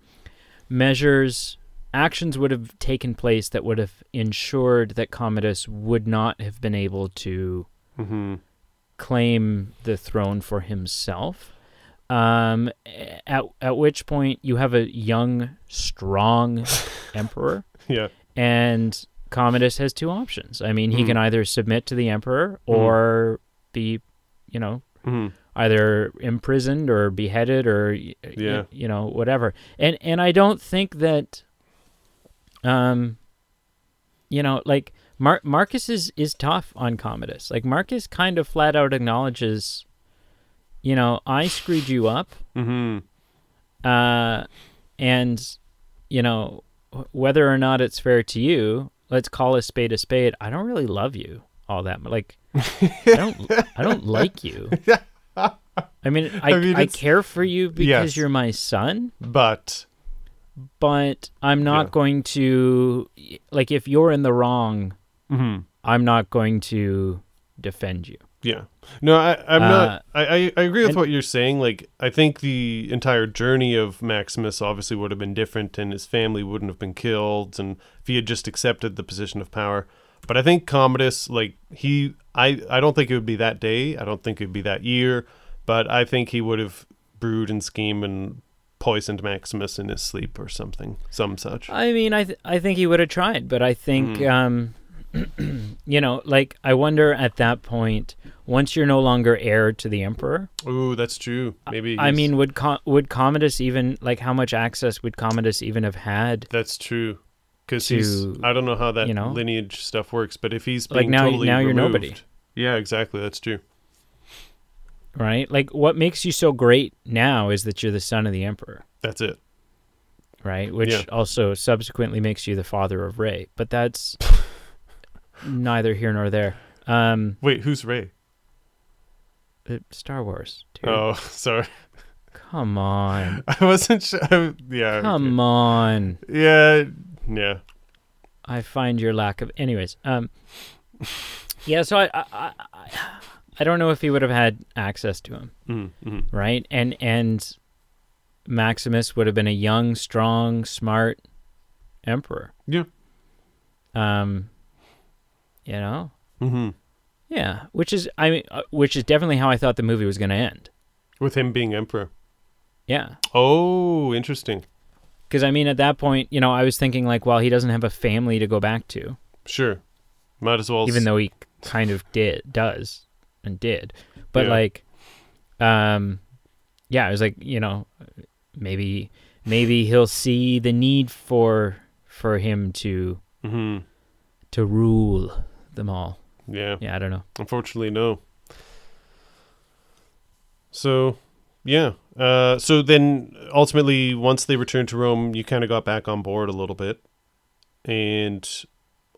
measures actions would have taken place that would have ensured that Commodus would not have been able to
Mm-hmm.
claim the throne for himself. Um, at at which point you have a young, strong emperor
Yeah.
and Commodus has two options. I mean, he
Hmm.
can either submit to the emperor
Hmm.
or be, you know,
Mm-hmm.
either imprisoned or beheaded or y- y-
Yeah.
you know, whatever. And and I don't think that um you know, like Mar- Marcus is is tough on Commodus. Like Marcus kind of flat out acknowledges you know, I screwed you up
Mm-hmm.
uh, and you know wh- whether or not it's fair to you let's call a spade a spade i
[laughs]
don't really love you all that much like i don't i don't like you I mean, I,
I
I,
mean, it's-
care for you because
Yes.
you're my son,
But
but I'm not
Yeah.
going to, like, if you're in the wrong,
mhm.
I'm not going to defend you.
Yeah. No, I, I'm
Uh,
not. I, I, I agree with
and-
what you're saying. Like, I think the entire journey of Maximus obviously would have been different, and his family wouldn't have been killed, and if he had just accepted the position of power. But I think Commodus, like he, I, I don't think it would be that day. I don't think it would be that year. But I think he would have brewed and schemed and poisoned Maximus in his sleep or something, some such.
I mean, I th- I think he would have tried, but I think
Mm.
um, [clears throat] you know, like I wonder at that point, once you're no longer heir to the emperor,
Ooh, that's true. Maybe.
I
he's-
mean, would Com- would Commodus even like how much access would Commodus even have had?
That's true. Because he's,
to,
I don't know how that
you know?
lineage stuff works, but if he's being
Like, now-
totally
now you're
removed-
nobody.
Yeah, exactly. That's true.
Right? Like, what makes you so great now is that you're the son of the emperor,
That's it.
right? Which
Yeah.
also subsequently makes you the father of Ray, but that's neither here nor there. Um,
Wait, who's Ray?
uh, Star Wars, dude.
Oh, [laughs] sorry.
Come on,
I wasn't sure. I- yeah.
come on.
okay. Yeah. Yeah.
I find your lack of, anyways. Um, yeah, so I, I, I, I- I don't know if he would have had access to him,
Mm-hmm.
right? And and Maximus would have been a young, strong, smart emperor.
Yeah.
Um, you know,
Mm-hmm.
yeah, which is I mean, uh, which is definitely how I thought the movie was going to end.
With him being emperor.
Yeah,
Oh, interesting.
because I mean, at that point, you know, I was thinking like, well, he doesn't have a family to go back to,
Sure. Might as well.
even though he kind of did does and did but
Yeah.
like um yeah it was like you know maybe maybe he'll see the need for for him to
hmm
to rule them all
Yeah.
yeah i don't know
Unfortunately, no. So, yeah. Uh, so then, ultimately, once they returned to Rome, you kind of got back on board a little bit, and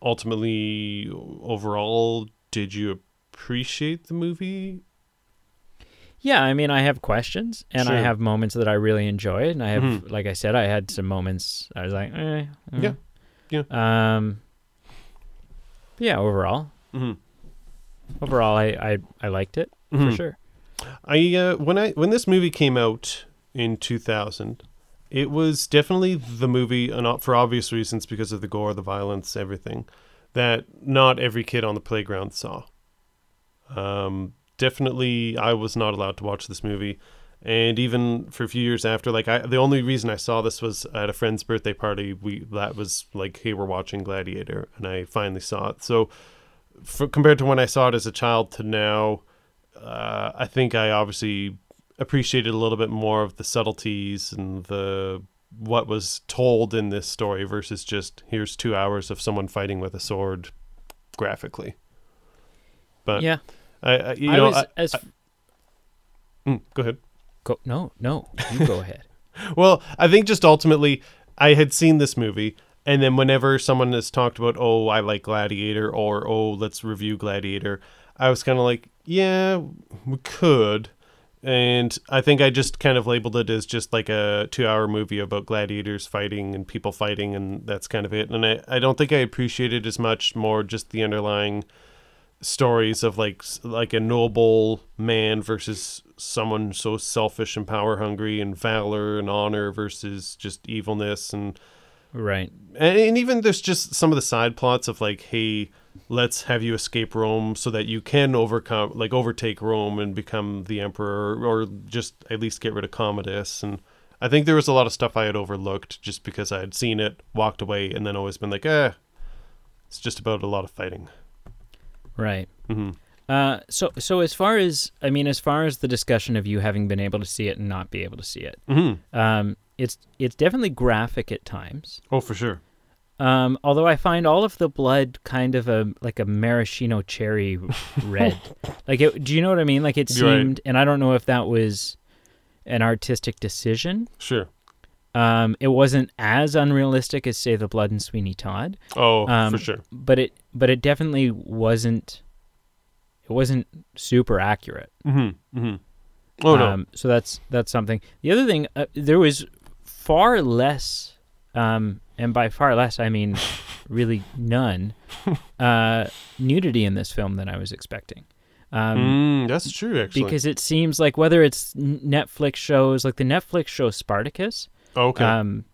ultimately, overall, did you appreciate the movie?
yeah i mean i have questions and i
Sure.
have moments that i really enjoyed and i have
Mhm.
like i said i had some moments i was like eh,
Yeah.
eh. um yeah overall
Mm-hmm.
overall i i, I liked it for sure
I uh, when I when this movie came out in 2000, it was definitely the movie, and not for obvious reasons because of the gore, the violence, everything, that not every kid on the playground saw. Um, definitely, I was not allowed to watch this movie, and even for a few years after, like I, the only reason I saw this was at a friend's birthday party. We that was like, hey, we're watching Gladiator, and I finally saw it. So, for, compared to when I saw it as a child to now, uh, I think I obviously appreciated a little bit more of the subtleties and the what was told in this story versus just here's two hours of someone fighting with a sword graphically. But
yeah
I, I Uh, you
I
know,
was,
I-
as
mm, go ahead.
Go, no, no, you go ahead.
Well, I think just ultimately, I had seen this movie, and then whenever someone has talked about, oh, I like Gladiator, or oh, let's review Gladiator, I was kind of like, yeah, we could. And I think I just kind of labeled it as just like a two hour movie about gladiators fighting and people fighting, and that's kind of it. And I, I don't think I appreciated as much more just the underlying stories of like s- like a noble man versus someone so selfish and power hungry and valor and honor versus just evilness and
Right.
and, and even there's just some of the side plots of like hey let's have you escape rome so that you can overcome like overtake rome and become the emperor or just at least get rid of commodus and i think there was a lot of stuff i had overlooked just because i had seen it walked away and then always been like eh it's just about a lot of fighting
Right.
hmm
Uh, so, so as far as I mean, as far as the discussion of you having been able to see it and not be able to see it,
hmm
um, it's it's definitely graphic at times.
oh for sure
Um, although I find all of the blood kind of a like a maraschino cherry red. like, it, do you know what I mean? Like it
You're right.
seemed, and I don't know if that was an artistic decision.
sure
Um, it wasn't as unrealistic as say the blood in Sweeney Todd.
Oh,
Um,
for sure.
but it but it definitely wasn't it wasn't super accurate Um,
Mm-hmm. Mm-hmm. Oh no.
so that's that's something. The other thing, uh, there was far less, um, and by far less, I
[laughs]
mean really none, uh, nudity in this film than I was expecting. Um,
mm, that's true, actually.
Because it seems like whether it's n- Netflix shows, like the Netflix show Spartacus,
Oh, okay.
um,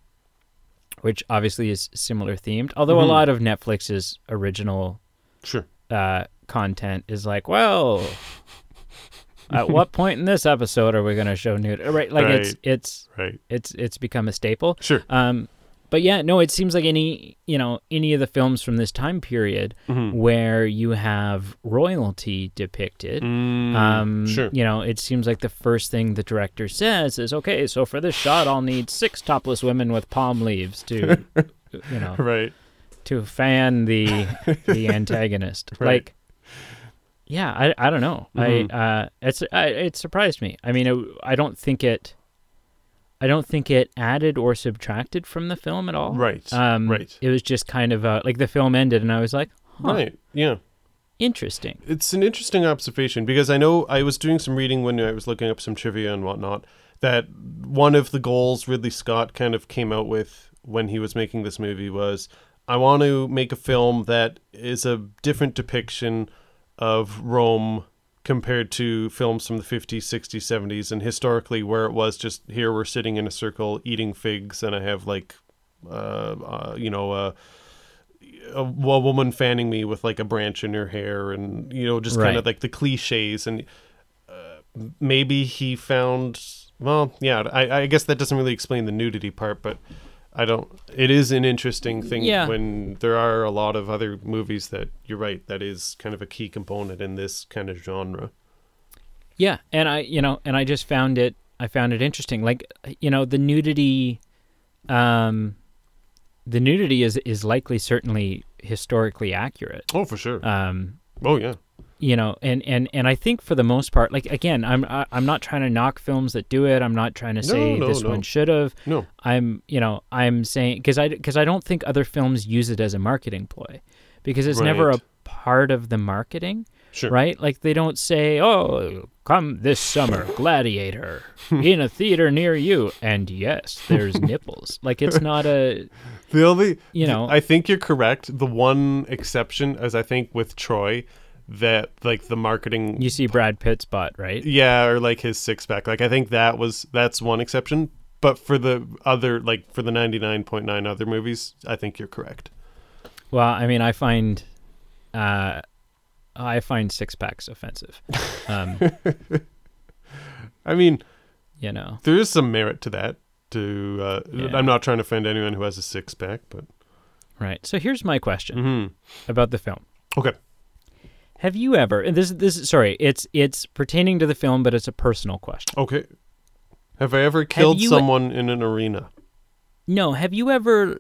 which obviously is similar themed, although
Mhm.
a lot of Netflix's original
sure.
uh, content is like, well,
[laughs]
at what point in this episode are we going to show nude? Right, like it's
Right.
it's
Right.
it's it's become a staple.
Sure.
Um, but yeah, no, it seems like any you know any of the films from this time period
Mhm.
where you have royalty depicted.
Mm,
Um,
sure.
You know, it seems like the first thing the director says is, "Okay, so for this shot, I'll need six topless women with palm leaves
[laughs]
to, you know,
Right.
to
[laughs]
fan the the antagonist.
Right.
Like, yeah, I, I don't know.
Mhm.
I uh, it's I, it surprised me. I mean, it, I don't think it, I don't think it added or subtracted from the film at all.
Right.
Um,
right.
It was just kind of uh, like the film ended, and I was like, huh,
Right. Yeah.
interesting.
It's an interesting observation because I know I was doing some reading when I was looking up some trivia and whatnot that one of the goals Ridley Scott kind of came out with when he was making this movie was I want to make a film that is a different depiction of Rome compared to films from the 50s, 60s, 70s and historically where it was just here we're sitting in a circle eating figs and I have like uh, uh you know uh a, a woman fanning me with like a branch in her hair and you know just kind of
Right.
like the cliches and uh, maybe he found well yeah I, I guess that doesn't really explain the nudity part but i don't it is an interesting thing
Yeah.
when there are a lot of other movies that you're right that is kind of a key component in this kind of genre
Yeah, and I, you know, and I just found it. I found it interesting. Like, you know, the nudity, um, the nudity is is likely certainly historically accurate.
oh for sure
Um,
oh yeah
you know, and and and I think for the most part, like again, I'm I, I'm not trying to knock films that do it. I'm not trying to say
no,
this
no.
one should have.
no
I'm, you know, I'm saying because I because I don't think other films use it as a marketing ploy, because it's never
Right.
a part of the marketing
sure
right? Like they don't say, "Oh, come
[laughs]
this summer, Gladiator, in a theater near you." And yes,
[laughs]
there's nipples. Like it's not a
The only,
You know-
I think you're correct. The one exception is I think with Troy, that like the marketing,
you see Brad Pitt's butt, right?
yeah, or like his six pack. Like I think that was that's one exception. But for the other, like for the ninety nine point nine other movies, I think you're correct.
Well, I mean, I find uh I find six packs offensive. Um,
I mean,
you know.
there is some merit to that. To uh,
Yeah.
I'm not trying to offend anyone who has a six pack, but
Right. So here's my question
Mhm.
about the film.
okay,
Have you ever and this this sorry, it's it's pertaining to the film but it's a personal question.
okay. Have I ever killed
you-
someone in an arena?
No, have you ever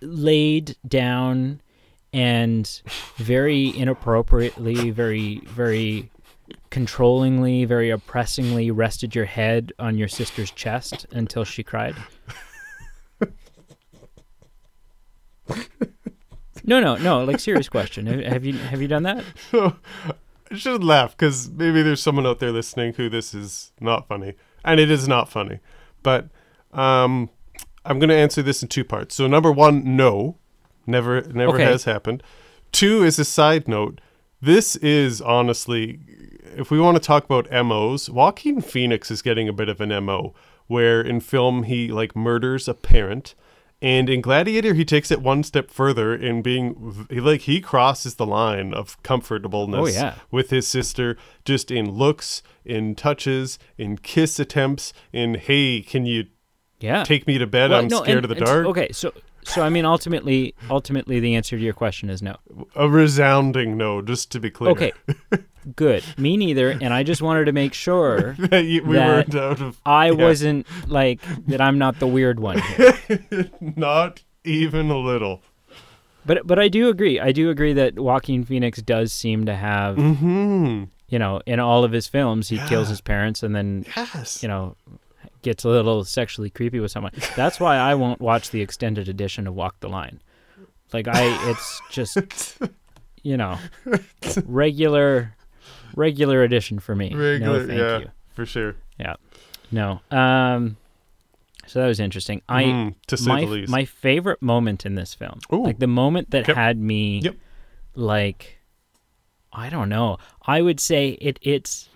laid down and very inappropriately, very, very controllingly, very oppressingly rested your head on your sister's chest until she
[laughs]
cried? No, no, no. Like serious question. Have, have you have you done that?
I should laugh because maybe there's someone out there listening who this is not funny, and it is not funny. But um, I'm going to answer this in two parts. So number one, no, never, never
Okay.
has happened. Two is a side note. This is honestly, if we want to talk about MOs, Joaquin Phoenix is getting a bit of an MO, where in film he like murders a parent, and in Gladiator he takes it one step further in being v- he, like he crosses the line of comfortableness
Oh, yeah.
with his sister just in looks, in touches, in kiss attempts, in hey, can you
Yeah.
take me to bed?
Well,
I'm
no,
scared
and-
of the
and-
dark.
Okay, so so I mean, ultimately, ultimately, the answer to your question is no.
A resounding no, just to be clear.
Okay. Good. Me neither. And I just wanted to
[laughs]
make sure
[laughs] That you- we
That-
weren't out of
I
Yeah.
wasn't like that I'm not the weird one.
[laughs]
Here.
not even a little.
But but I do agree. I do agree that Joaquin Phoenix does seem to have
Hmm.
you know, in all of his films he kills
Yeah.
his parents and then
Yes.
you know gets a little sexually creepy with someone. That's why I won't watch the extended edition of Walk the Line. Like I it's just
[laughs]
you know regular regular edition for me.
Regular,
no, thank
yeah,
you.
for sure.
Yeah. No. Um. So that was interesting. I
Mm, to say
my,
the least.
my favorite moment in this film,
Ooh.
like the moment that
Yep.
had me,
Yep.
like, I don't know. I would say it. It's.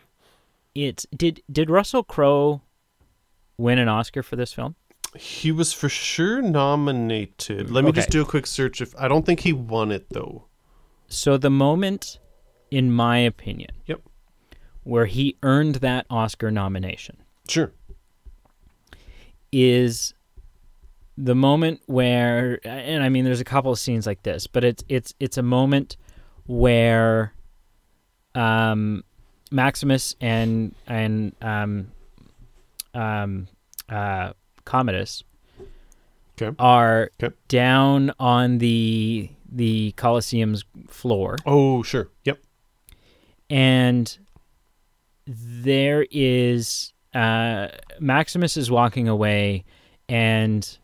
It's did did Russell Crowe win an Oscar for this film?
He was for sure nominated. Let me
Okay.
just do a quick search. If I don't think he won it though.
So the moment, in my opinion,
Yep.
where he earned that Oscar nomination
Sure.
is the moment where and I mean there's a couple of scenes like this, but it's it's it's a moment where um Maximus and and um um uh Commodus
Okay.
are
Okay.
down on the the Colosseum's floor
Oh, sure. Yep.
and there is uh, Maximus is walking away, and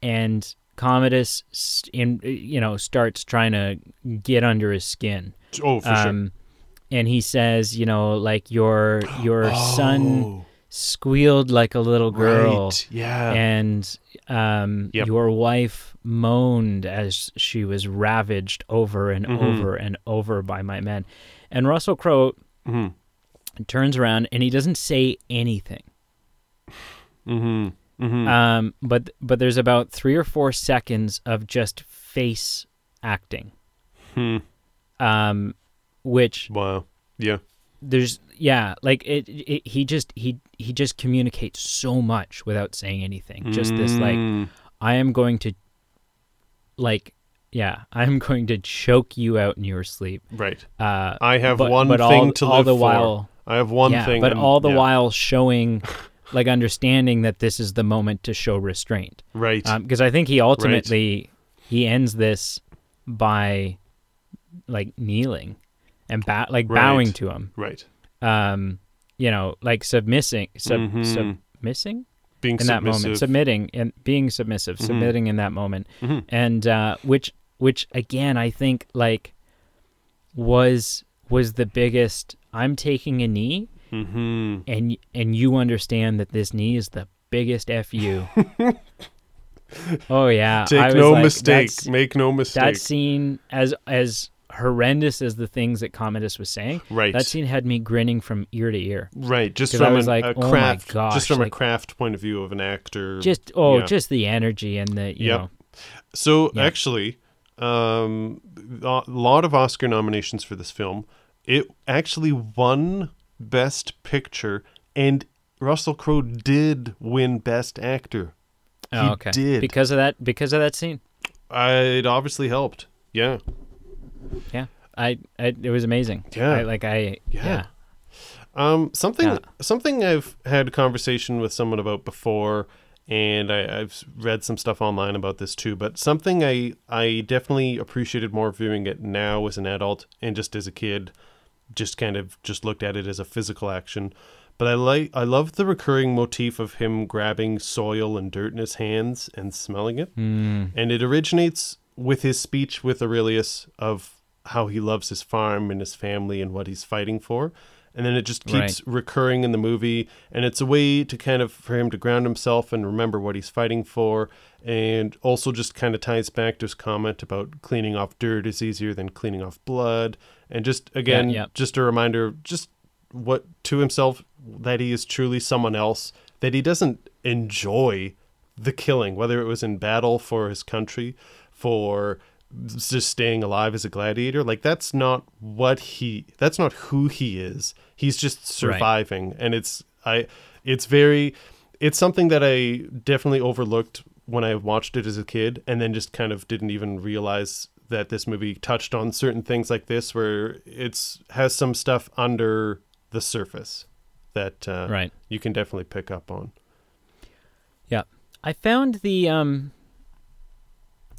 and Commodus s- in you know starts trying to get under his skin,
Oh, for
Um,
sure.
and he says you know like your
[gasps]
your son squealed like a little girl.
Oh. Right. Yeah.
And um,
Yep.
your wife moaned as she was ravaged over and
Mhm.
over and over by my men. And Russell Crowe
Mhm.
turns around and he doesn't say anything.
Mhm. Mhm.
Um, but but there's about three or four seconds of just face acting,
Hmm.
um, which
Wow. Yeah.
there's yeah like it, it he just he he just communicates so much without saying anything. Just this like
Mm.
I am going to like yeah I'm going to choke you out in your sleep.
Right.
Uh,
I have
but-
one
but all-
thing to
all
live
the
for.
while-
I have one
yeah,
thing.
but
and-
all the
yeah. [laughs]
while showing like understanding that this is the moment to show restraint.
Right.
because I think he ultimately he ends this by like kneeling and bow, like
Right.
bowing to him.
right.
Um, you know, like submissing, sub,
Mhm.
submissing
Being
in that
submissive.
moment,
Mm-hmm.
submitting and being submissive, submitting in that moment,
Mhm.
and uh, which which again I think like was was the biggest. I'm taking a knee,
Mhm.
and and you understand that this knee is the biggest
[laughs]
fu. oh yeah, I
Take
was
no
like,
mistake.
that's-
Make no mistake.
That scene, as as horrendous as the things that Commodus was saying,
Right.
that scene had me grinning from ear to ear.
Right, just
'Cause I
from
was
an,
like,
a
"Oh my
craft,
gosh,"
just from
like-
a craft point of view of an actor.
Just oh,
Yeah.
just the energy and the you
Yep.
know
so
yeah.
actually, um, a lot of Oscar nominations for this film. It actually won Best Picture, and Russell Crowe did win Best Actor.
Oh,
He
okay.
did.
because of that because of that scene.
I, it obviously helped. Yeah,
Yeah, I, I it was amazing.
Yeah.
I, like I
Yeah.
yeah.
Um, something
Yeah.
something I've had a conversation with someone about before, and I, I've read some stuff online about this too. But something I I definitely appreciated more viewing it now as an adult and just as a kid, just kind of just looked at it as a physical action. But I like I love the recurring motif of him grabbing soil and dirt in his hands and smelling it
Mm,
and it originates with his speech with Aurelius of how he loves his farm and his family and what he's fighting for. And then it just keeps recurring in the movie, and it's a way to kind of for him to ground himself and remember what he's fighting for, and also just kind of ties back to his comment about cleaning off dirt is easier than cleaning off blood, and just again,
yeah.
just a reminder, just what to himself that he is truly someone else that he doesn't enjoy the killing whether it was in battle for his country for just staying alive as a gladiator like that's not what he that's not who he is he's just surviving and it's i it's very it's something that i definitely overlooked when i watched it as a kid and then just kind of didn't even realize that this movie touched on certain things like this where it's has some stuff under the surface that uh,
right.
you can definitely pick up on
Yeah. I found the um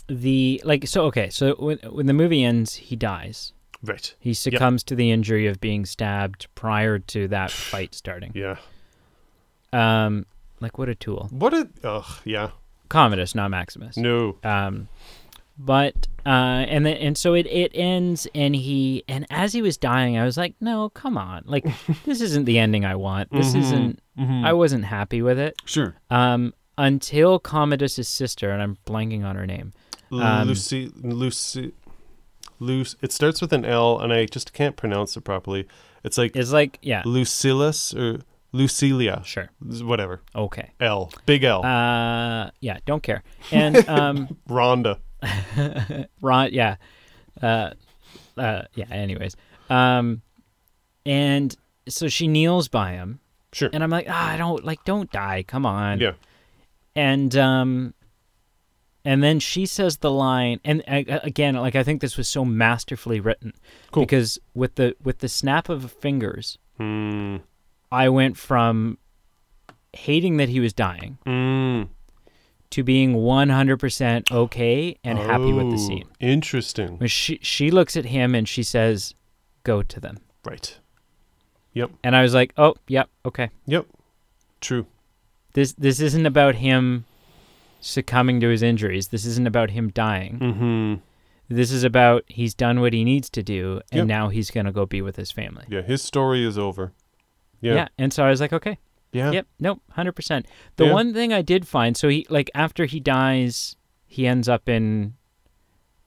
the like so okay, so when when the movie ends, he dies.
right
He succumbs to the injury of being stabbed prior
[sighs]
to that fight starting.
yeah
Um like what a tool.
what a ugh yeah
Commodus, not Maximus.
no
Um But uh, and then and so it it ends, and he and as he was dying, I was like, no, come on,
[laughs]
like this isn't the ending I want. This
Mhm,
isn't.
mhm.
I wasn't happy with it.
sure.
Um, until Commodus's sister, and I'm blanking on her name. Um,
Lucy, Lucy, Lucy. It starts with an L, and I just can't pronounce it properly. It's like
It's like, yeah,
Lucillus or Lucilia,
sure,
whatever.
okay,
L, big L.
uh, yeah, don't care. And
[laughs]
um,
Rhonda.
Ron, yeah, uh, uh, yeah. Anyways, um, and so she kneels by him,
Sure.
and I'm like, ah, I don't like, don't die, come on.
yeah.
and um and then she says the line and a- again like i think this was so masterfully written
Cool.
because with the with the snap of fingers
Hmm.
i went from hating that he was dying
Mm.
to being 100% okay and happy with the
Oh,
scene
Interesting.
When she she looks at him and she says go to them
Right.
and i was like oh yep okay
Yep. True.
this this isn't about him succumbing to his injuries this isn't about him dying
Mm-hmm.
This is about he's done what he needs to do, and
Yep.
now he's gonna go be with his family.
Yeah. His story is over. Yeah.
And so I was like, okay,
Yeah.
yep, nope, hundred percent. The
Yeah.
one thing I did find, so he like after he dies, he ends up in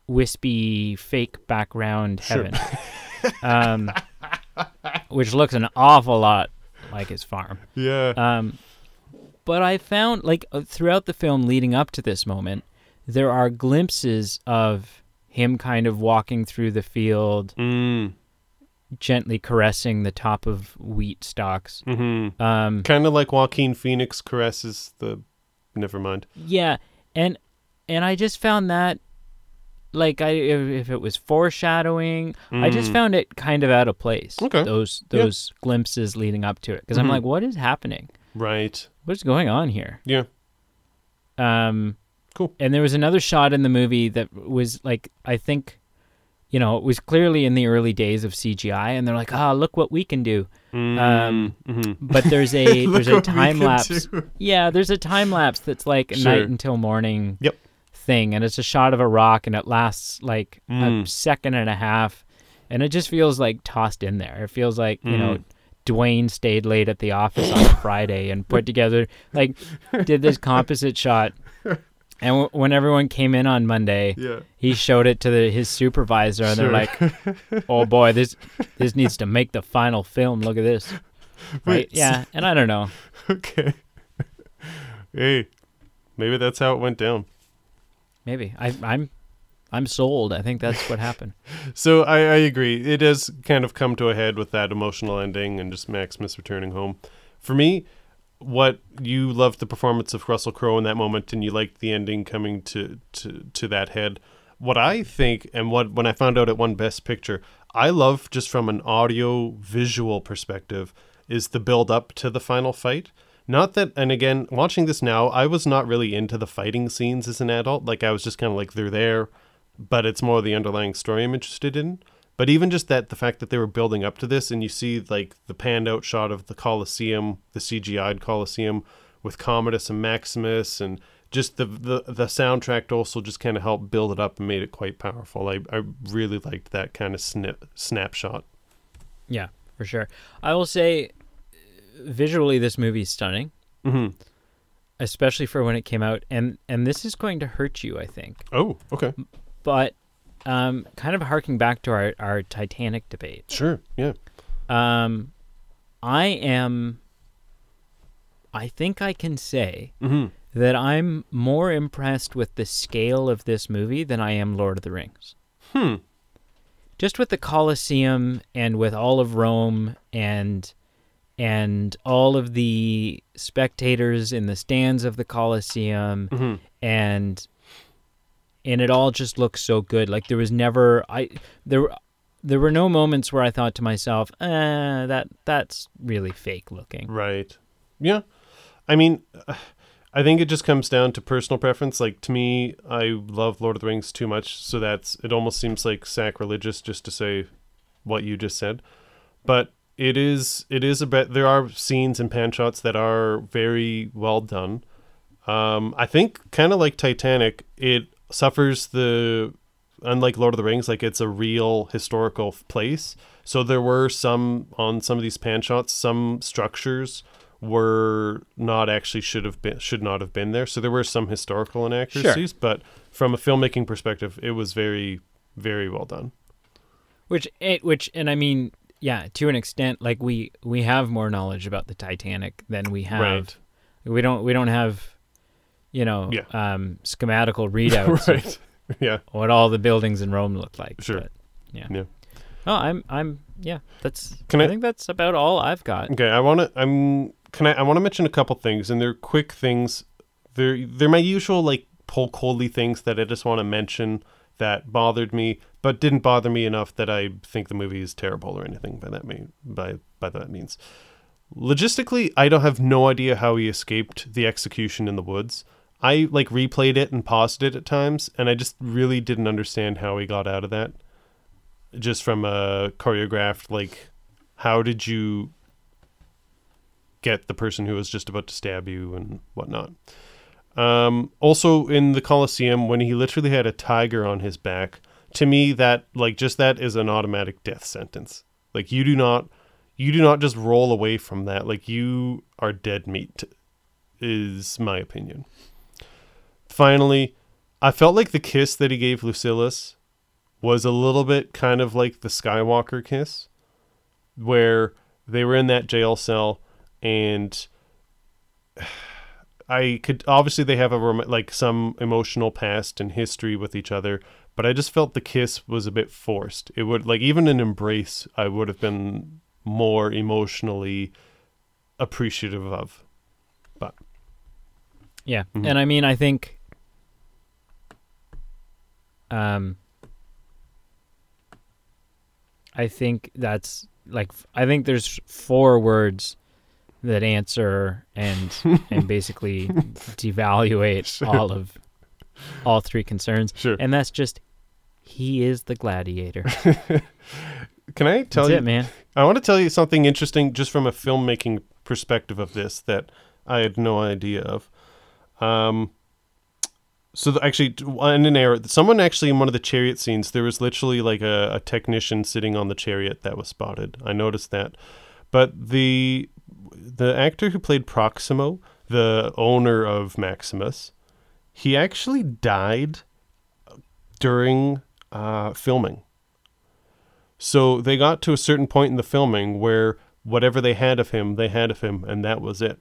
wispy fake background
Sure.
heaven,
[laughs]
um, which looks an awful lot like his farm.
Yeah.
Um, but I found, like, uh, throughout the film leading up to this moment, there are glimpses of him kind of walking through the field,
mm.
gently caressing the top of wheat stalks.
Hmm.
Um,
Kind of like Joaquin Phoenix caresses the. Never mind.
yeah, and and I just found that, like, I if, if it was foreshadowing, I just
Mm.
found it kind of out of place.
Okay.
Those
Yeah.
those glimpses leading up to it, because
Mhm.
I'm like, what is happening?
Right.
What's going on here?
Yeah.
Um,
Cool.
And there was another shot in the movie that was like, I think, you know, it was clearly in the early days of CGI, and they're like, ah, look what we can do.
mm,
Um,
mhm.
[laughs] But
[laughs]
there's a
Look
there's
what
a
we can
time lapse.
do.
Yeah, there's a time lapse that's like a
Sure.
night until morning.
Yep.
Thing, and it's a shot of a rock, and it lasts like a
Mm.
second and a half, and it just feels like tossed in there. It feels like you know.
Mm.
Dwayne stayed late at the office on
[laughs]
a Friday and put together, like, did this composite shot. And w- when everyone came in on Monday,
Yeah. [laughs]
he showed it to the, his supervisor, and
Sure.
they're like, "Oh boy, this this needs to make the final film. Look at
[laughs]
this, right?
Wait, so-
yeah." And I don't know.
Okay. hey, maybe that's how it went down.
Maybe I, I'm I'm sold. I think that's
[laughs]
what happened.
So I, I agree. It has kind of come to a head with that emotional ending and just Maximus returning home. For me, what you loved the performance of Russell Crowe in that moment, and you liked the ending coming to to to that head. What I think, and what when I found out it won Best Picture, I love just from an audio visual perspective is the build up to the final fight. Not that, and again, watching this now, I was not really into the fighting scenes as an adult. Like I was just kind of like they're there, but it's more the underlying story I'm interested in. But even just that, the fact that they were building up to this, and you see like the panned out shot of the Colosseum, the CGI'd Colosseum, with Commodus and Maximus, and just the the, the soundtrack also just kind of helped build it up and made it quite powerful. I, I really liked that kind of snip, snapshot.
Yeah, for sure. I will say, uh, visually, this movie is stunning,
Mm-hmm.
especially for when it came out. And and this is going to hurt you, I think.
Oh, okay,
But um, kind of harking back to our our Titanic debate.
sure, yeah,
Um, I am. I think I can say
mm-hmm.
that I'm more impressed with the scale of this movie than I am Lord of the Rings.
Hmm.
Just with the Colosseum and with all of Rome and and all of the spectators in the stands of the Colosseum
Mm-hmm.
and and it all just looks so good. Like there was never I there were- there were no moments where I thought to myself, eh, that that's really fake looking.
Right. Yeah. I mean, uh, I think it just comes down to personal preference. Like to me, I love Lord of the Rings too much, so that's it. Almost seems like sacrilegious just to say what you just said, but it is. It is a bit. There are scenes and pan shots that are very well done. Um, I think kind of like Titanic, it suffers the unlike Lord of the Rings, like it's a real historical f- place. So there were some on some of these pan shots, some structures were not actually should have been should not have been there. So there were some historical inaccuracies, but from a filmmaking perspective, it was very very well done.
Which it which and I mean, yeah, to an extent, like we we have more knowledge about the Titanic than we have.
Right. [laughs]
We don't we don't have, you know,
Yeah.
um, schematical readouts
[laughs]
of
right. yeah.
what all the buildings in Rome looked like.
Sure.
but, yeah.
Yeah.
No, I'm I'm yeah. That's
Can
I,
I-
think that's about all I've got.
Okay, I want to. I'm. Can I? I want to mention a couple things, and they're quick things. They're they're my usual like pull coldly things that I just want to mention that bothered me, but didn't bother me enough that I think the movie is terrible or anything by that mean by by that means. Logistically, I don't have no idea how he escaped the execution in the woods. I like replayed it and paused it at times, and I just really didn't understand how he got out of that. Just from a choreographed like, how did you get the person who was just about to stab you and whatnot. Um, also, in the Colosseum, when he literally had a tiger on his back, to me, that like just that is an automatic death sentence. Like you do not, you do not just roll away from that. Like you are dead meat, is my opinion. Finally, I felt like the kiss that he gave Lucillus was a little bit kind of like the Skywalker kiss, where they were in that jail cell and [sighs] I could obviously they have a rom- like some emotional past and history with each other, but I just felt the kiss was a bit forced. It would like even an embrace I would have been more emotionally appreciative of. But
Yeah.
Mhm.
And I mean, I think um I think that's like f- I think there's four words that answer and
[laughs]
and basically devaluate all of all three concerns.
Sure.
And that's just he is
[laughs]
the gladiator. That's
can I tell you
it, man.
I want to tell you something interesting just from a filmmaking perspective of this that I had no idea of. Um, so the, actually, t- in an error, someone actually in one of the chariot scenes, there was literally like a, a technician sitting on the chariot that was spotted. I noticed that, but the the actor who played Proximo, the owner of Maximus, he actually died during uh, filming. So they got to a certain point in the filming where whatever they had of him, they had of him, and that was it.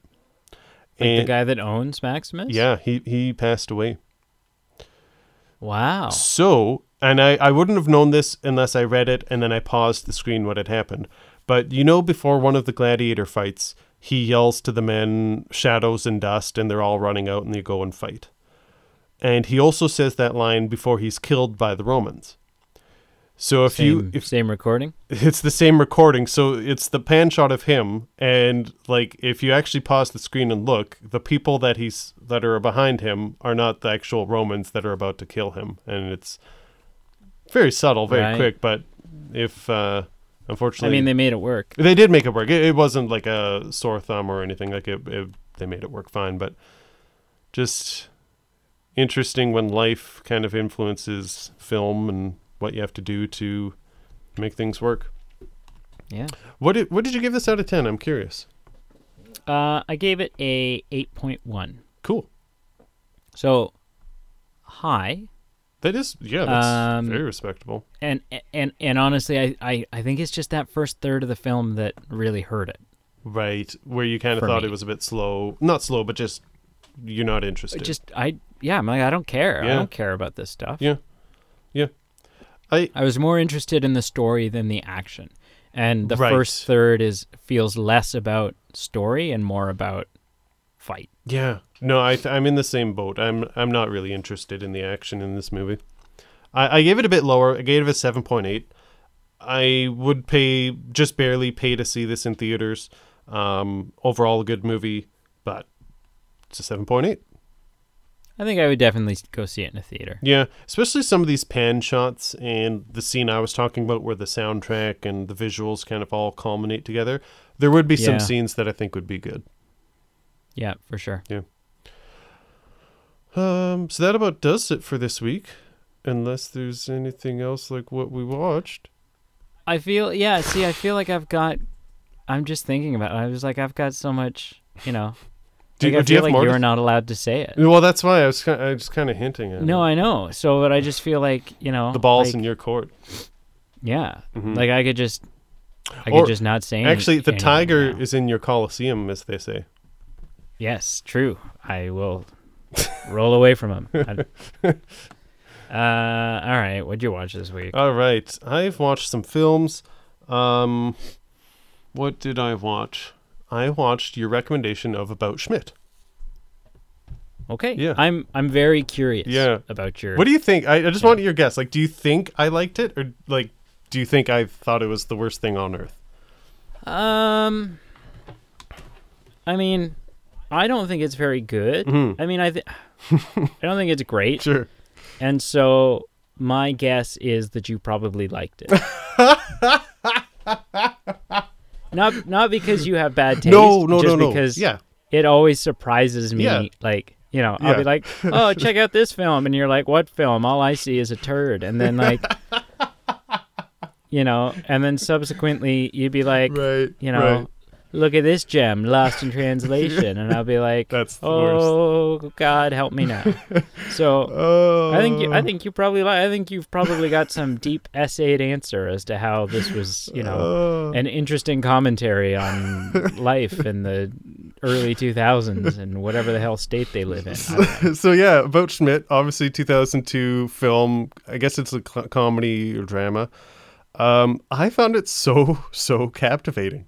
Like the
And-
guy that owns Maximus?
yeah, he, he passed away.
Wow.
So, and I, I wouldn't have known this unless I read it and then I paused the screen what had happened. But you know, before one of the gladiator fights, he yells to the men, shadows and dust, and they're all running out and they go and fight. And he also says that line before he's killed by the Romans. So if you
Same,
if
same recording.
it's the same recording so it's the pan shot of him and like if you actually pause the screen and look the people that he's that are behind him are not the actual romans that are about to kill him and it's very subtle very
Right.
quick but if uh
I
unfortunately
mean, they made it work.
they did make it work it, it wasn't like a sore thumb or anything like it, it they made it work fine but just interesting when life kind of influences film and what you have to do to make things work
Yeah.
what did what did you give this out of ten? I'm curious.
Uh, I gave it a 8.1.
Cool.
So high,
That is yeah, that's
Um,
very respectable.
and and and honestly, I, I I think it's just that first third of the film that really hurt it.
Right. Where you kind of
for
thought
me.
it was a bit slow. Not slow, but just you're not interested.
Just I yeah, I'm like I don't care. I
Yeah.
don't care about this stuff.
Yeah. yeah. I
I was more interested in the story than the action, and the
Right.
first third is feels less about story and more about fight.
Yeah. No, I th- I'm in the same boat. I'm I'm not really interested in the action in this movie. I, I gave it a bit lower. I gave it a seven point eight. I would pay just barely pay to see this in theaters. Um, overall, a good movie, but it's a seven point eight.
I think I would definitely go see it in a theater.
Yeah, especially some of these pan shots and the scene I was talking about where the soundtrack and the visuals kind of all culminate together. There would be
Yeah.
some scenes that I think would be good.
Yeah, for sure.
Um, Um, so that about does it for this week, unless there's anything else like what we watched.
I feel yeah. See, I feel like I've got. I'm just thinking about. it. I was like, I've got so much. You know,
Do,
like, I
you do you have
feel like
more? to-
you're not allowed to say it.
well, that's why I was kind I was kind of hinting at
No,
it.
I know. So, but I just feel like you know
Mm. the balls
like,
in your court.
yeah.
Mhm.
Like I could just, I
Or-
could just not say. any-
Actually, the
anything
tiger
now.
is in your coliseum, as they say.
Yes, true. I will roll away from him.
[laughs]
I- uh, all right. What'd you watch this week?
All right, I've watched some films. Um, what did I watch? I watched your recommendation of About Schmidt.
Okay.
yeah.
I'm I'm very curious.
Yeah.
About your.
What do you think? I, I just want your guess. Like, do you think I liked it, or like, do you think I thought it was the worst thing on earth?
Um, I mean, I don't think it's very good.
Mhm.
I mean, I th- I don't think
[laughs]
it's great,
Sure.
and so my guess is that you probably
[laughs]
liked it. not not because you have bad taste.
No, no,
just
no, no.
Because
yeah.
it always surprises me.
Yeah.
Like you know, I'll
Yeah. [laughs]
be like, "Oh, check out this film," and you're like, "What film?" All I see is a turd, and
[laughs]
then like. You know, and then subsequently you'd be like,
Right.
you know, look at this gem lost in translation, and I'll be
[laughs]
like,
That's the worst.
"Oh God, help me now." so
Oh.
I think you, I think you probably li- I think you've probably got some deep essayed answer as to how this was, you know,
Oh.
an interesting
[laughs]
commentary on life in the early 2000s and whatever the hell state they
[laughs]
live in. I don't know.
so yeah, about Schmidt, obviously 2002 film. I guess it's a cl- comedy or drama. Um, I found it so [laughs] so captivating.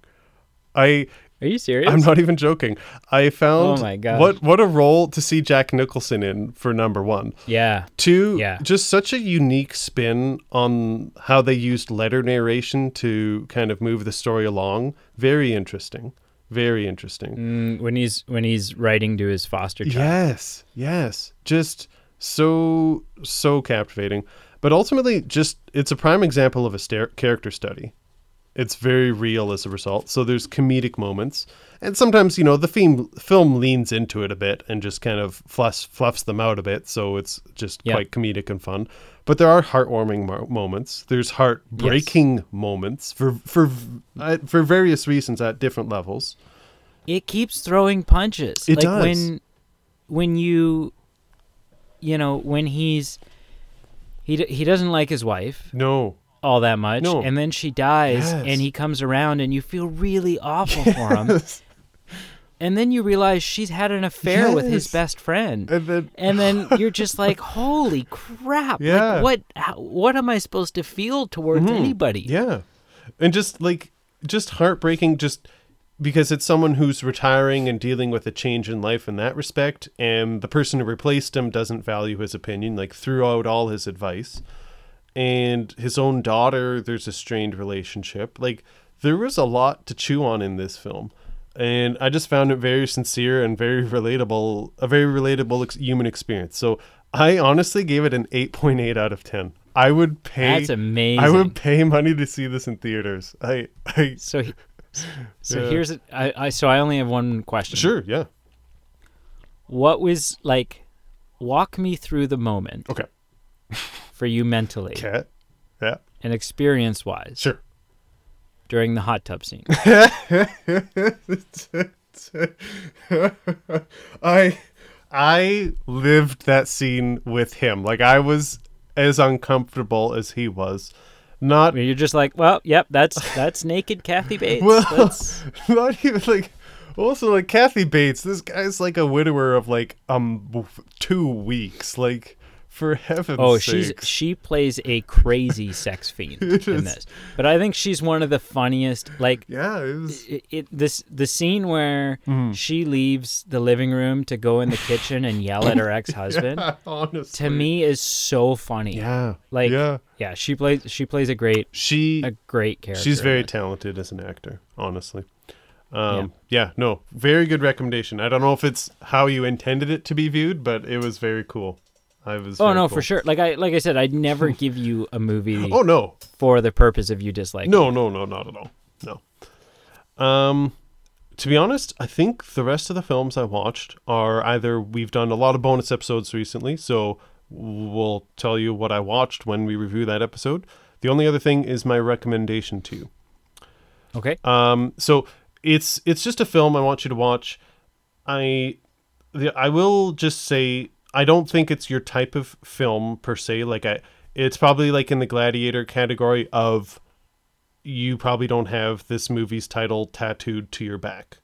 I
Are you serious?
I'm not even joking. I found
Oh my gosh.
what what a role to see Jack Nicholson in for number one.
yeah.
Two,
Yeah.
just such a unique spin on how they used letter narration to kind of move the story along. Very interesting. Very interesting.
Mm, when he's when he's writing to his foster child.
Yes, yes. Just so so captivating. But ultimately, just it's a prime example of a star- character study. It's very real as a result. So there's comedic moments, and sometimes you know the theme film leans into it a bit and just kind of fluffs fluffs them out a bit. So it's just
Yeah.
quite comedic and fun. But there are heartwarming mo- moments. There's heartbreaking moments for for uh, for various reasons at different levels.
it keeps throwing punches.
It
like
does.
when when you you know, when he's he d- he doesn't like his wife
No,
all that much
No.
and then she dies
Yes.
and he comes around and you feel really awful for him. And then you realize she's had an affair with his
Yes.
best friend.
and then [laughs]
and then you're just like, "Holy crap!
Yeah. Mm-hmm.
Like, what? How, what am I supposed to feel towards anybody?"
Yeah. And just like just heartbreaking just because it's someone who's retiring and dealing with a change in life in that respect and the person who replaced him doesn't value his opinion like threw out all his advice and his own daughter there's a strained relationship like there was a lot to chew on in this film and i just found it very sincere and very relatable a very relatable ex- human experience so i honestly gave it an 8.8 out of 10 i would pay
That's amazing.
I would pay money to see this in theaters. I, I
So, he, so
Yeah.
here's a, I, I. So I only have one question.
sure, yeah,
what was like walk me through the moment
okay,
for you mentally
cat, yeah,
and experience wise
sure.
during the hot tub scene
I, I lived that scene with him. Like I was as uncomfortable as he was. Not [laughs]
where you're just like well yep that's that's naked kathy bates
Well- [laughs]
That's-
not even like also like kathy bates this guy's like a widower of like um two weeks like for heaven's
oh she's
sakes.
she plays a
[laughs]
crazy sex fiend in this but i think she's one of the funniest like
yeah Mm-hmm. it was
it, it this the scene where she leaves the living room to go in the kitchen and yell
[laughs]
at her ex-husband
honestly
to me is so funny
yeah
like
yeah
yeah she plays she plays a great
she
a great character
she's
in
very
it.
talented as an actor honestly um yeah. no very good recommendation i don't know if it's how you intended it to be viewed but it was very cool i was
Oh
very
no,
cool.
for sure. Like I like I said, I'd
[laughs]
never give you a movie
oh no
for the purpose of you disliking.
No, no, no, not at all. No. Um, to be honest, I think the rest of the films I watched are either we've done a lot of bonus episodes recently, so we'll tell you what I watched when we review that episode. The only other thing is my recommendation to you.
Okay.
Um, so it's it's just a film I want you to watch. I the, I will just say I don't think it's your type of film per se. Like I, it's probably like in the Gladiator category of you probably don't have this movie's title tattooed to your back.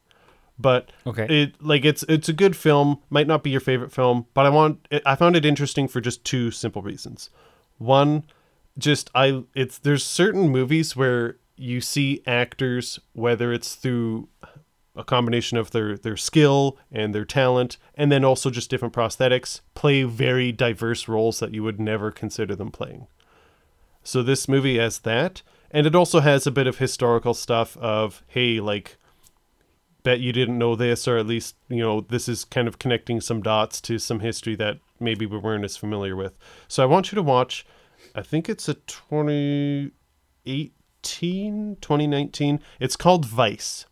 But
Okay.
it like it's it's a good film. Might not be your favorite film, but I want I found it interesting for just two simple reasons. One, just I it's there's certain movies where you see actors whether it's through a combination of their their skill and their talent and then also just different prosthetics play very diverse roles that you would never consider them playing. So this movie has that and it also has a bit of historical stuff of hey like bet you didn't know this or at least you know this is kind of connecting some dots to some history that maybe we weren't as familiar with so i want you to watch i think it's a 2018 2019 it's called vice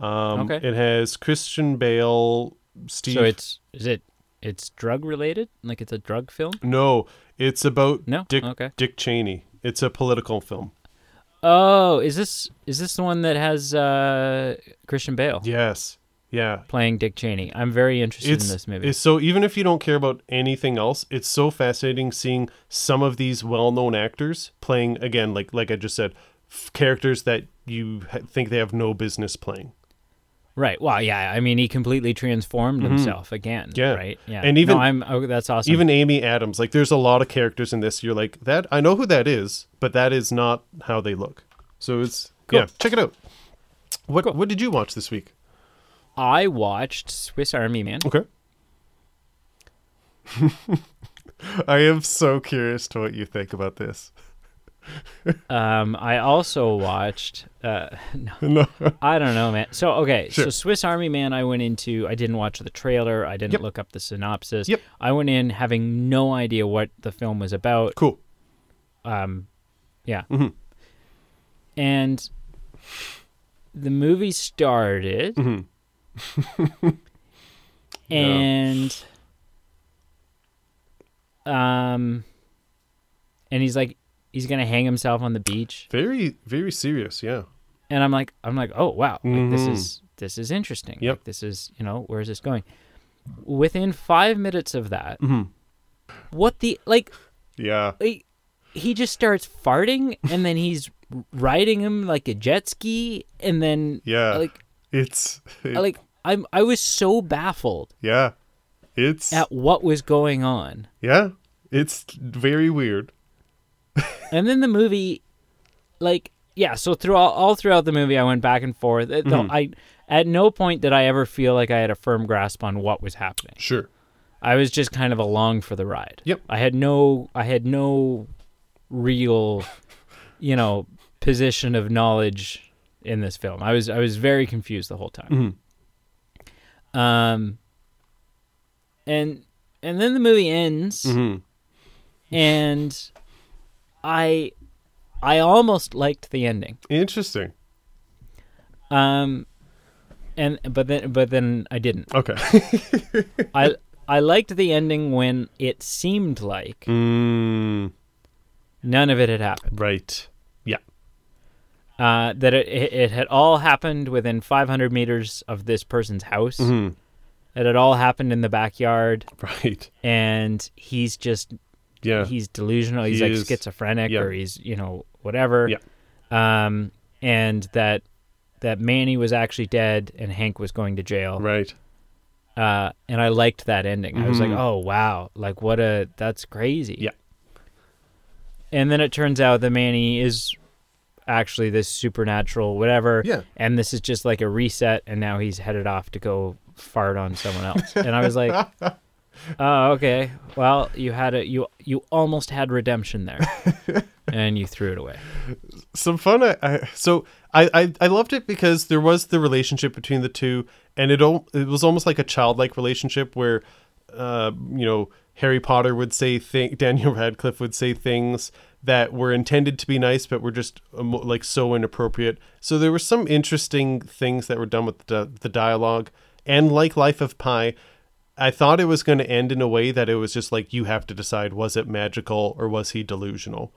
um,
Okay.
it has christian bale steve
So it's is it it's drug related? Like it's a drug film?
no it's about
No?
dick
Okay.
dick cheney it's a political film
Oh, is this is this the one that has uh Christian Bale
yes yeah
playing Dick Cheney? I'm very interested in this movie.
It's so even if you don't care about anything else, it's so fascinating seeing some of these well-known actors playing again, like like I just said, f- characters that you ha- think they have no business playing.
Right. Well, yeah. I mean, he completely transformed himself again.
Mm-hmm. Yeah.
Right. Yeah.
And even-
no, I'm. Oh, that's awesome.
Even Amy Adams, like there's a lot of characters in this. You're like that. I know who that is, but that is not how they look. So it's
Cool.
yeah. Check it out. What what did you watch this week?
I watched Swiss Army Man.
Okay. [laughs] I am so curious to what you think about this.
Um, I also watched. Uh, [laughs] no,
No.
I don't know, man. So okay, so
Sure.
Swiss Army Man. I went into. I didn't watch the trailer. I didn't
Yep.
look up the synopsis.
Yep.
I went in having no idea what the film was about.
Cool.
Um, yeah.
Mhm.
And the movie started,
Mhm. Mm-hmm.
[laughs] and um, and he's like, he's gonna hang himself on the beach,
Very, very serious, yeah.
and I'm like, I'm like, oh wow, like, this
Mhm.
is this is interesting.
Yep.
Like, this is you know where is this going? Within five minutes of that,
Mhm.
what the like
Yeah.
like, he just starts
[laughs]
farting and then he's riding him like a jet ski and then
Yeah.
like
It's it-
like I'm I was so baffled
yeah. It's
at what was going on.
yeah. It's very weird.
And then the movie like yeah, so throughout all throughout the movie I went back and forth. It-
Mm-hmm.
though I at no point did I ever feel like I had a firm grasp on what was happening.
Sure.
I was just kind of along for the ride.
Yep.
I had no I had no real, you know, position of knowledge in this film. I was I was very confused the whole time. Um and and then the movie ends
Mhm.
and I I almost liked the ending.
Interesting.
Um and but then but then I didn't.
Okay.
I I liked the ending when it seemed like
[laughs] mm,
none of it had happened.
right. Yeah.
uh, that it, it, it had all happened within 500 meters of this person's house.
Mhm.
It had all happened in the backyard,
Right.
and he's just
Yeah.
he's delusional. He's
He
like
is-
schizophrenic,
yeah.
or he's you know whatever.
Yeah.
Um, and that that Manny was actually dead, and Hank was going to jail.
right.
Uh, and I liked that ending. I was like,
Mhm.
oh wow, like what a that's crazy.
Yeah.
And then it turns out that Manny is actually this supernatural whatever.
Yeah.
And this is just like a reset, and now he's headed off to go fart on someone else. and I was like,
[laughs]
oh okay, well you had a you you almost had redemption there,
[laughs]
and you threw it away.
some fun. I, I so I, I I loved it because there was the relationship between the two, and it al- it was almost like a childlike relationship where, uh, you know, Harry Potter would say thing, [laughs] Daniel Radcliffe would say things that were intended to be nice, but were just um, like so inappropriate. So there were some interesting things that were done with the, the dialogue, and like Life of Pi, I thought it was going to end in a way that it was just like you have to decide was it magical or was he delusional.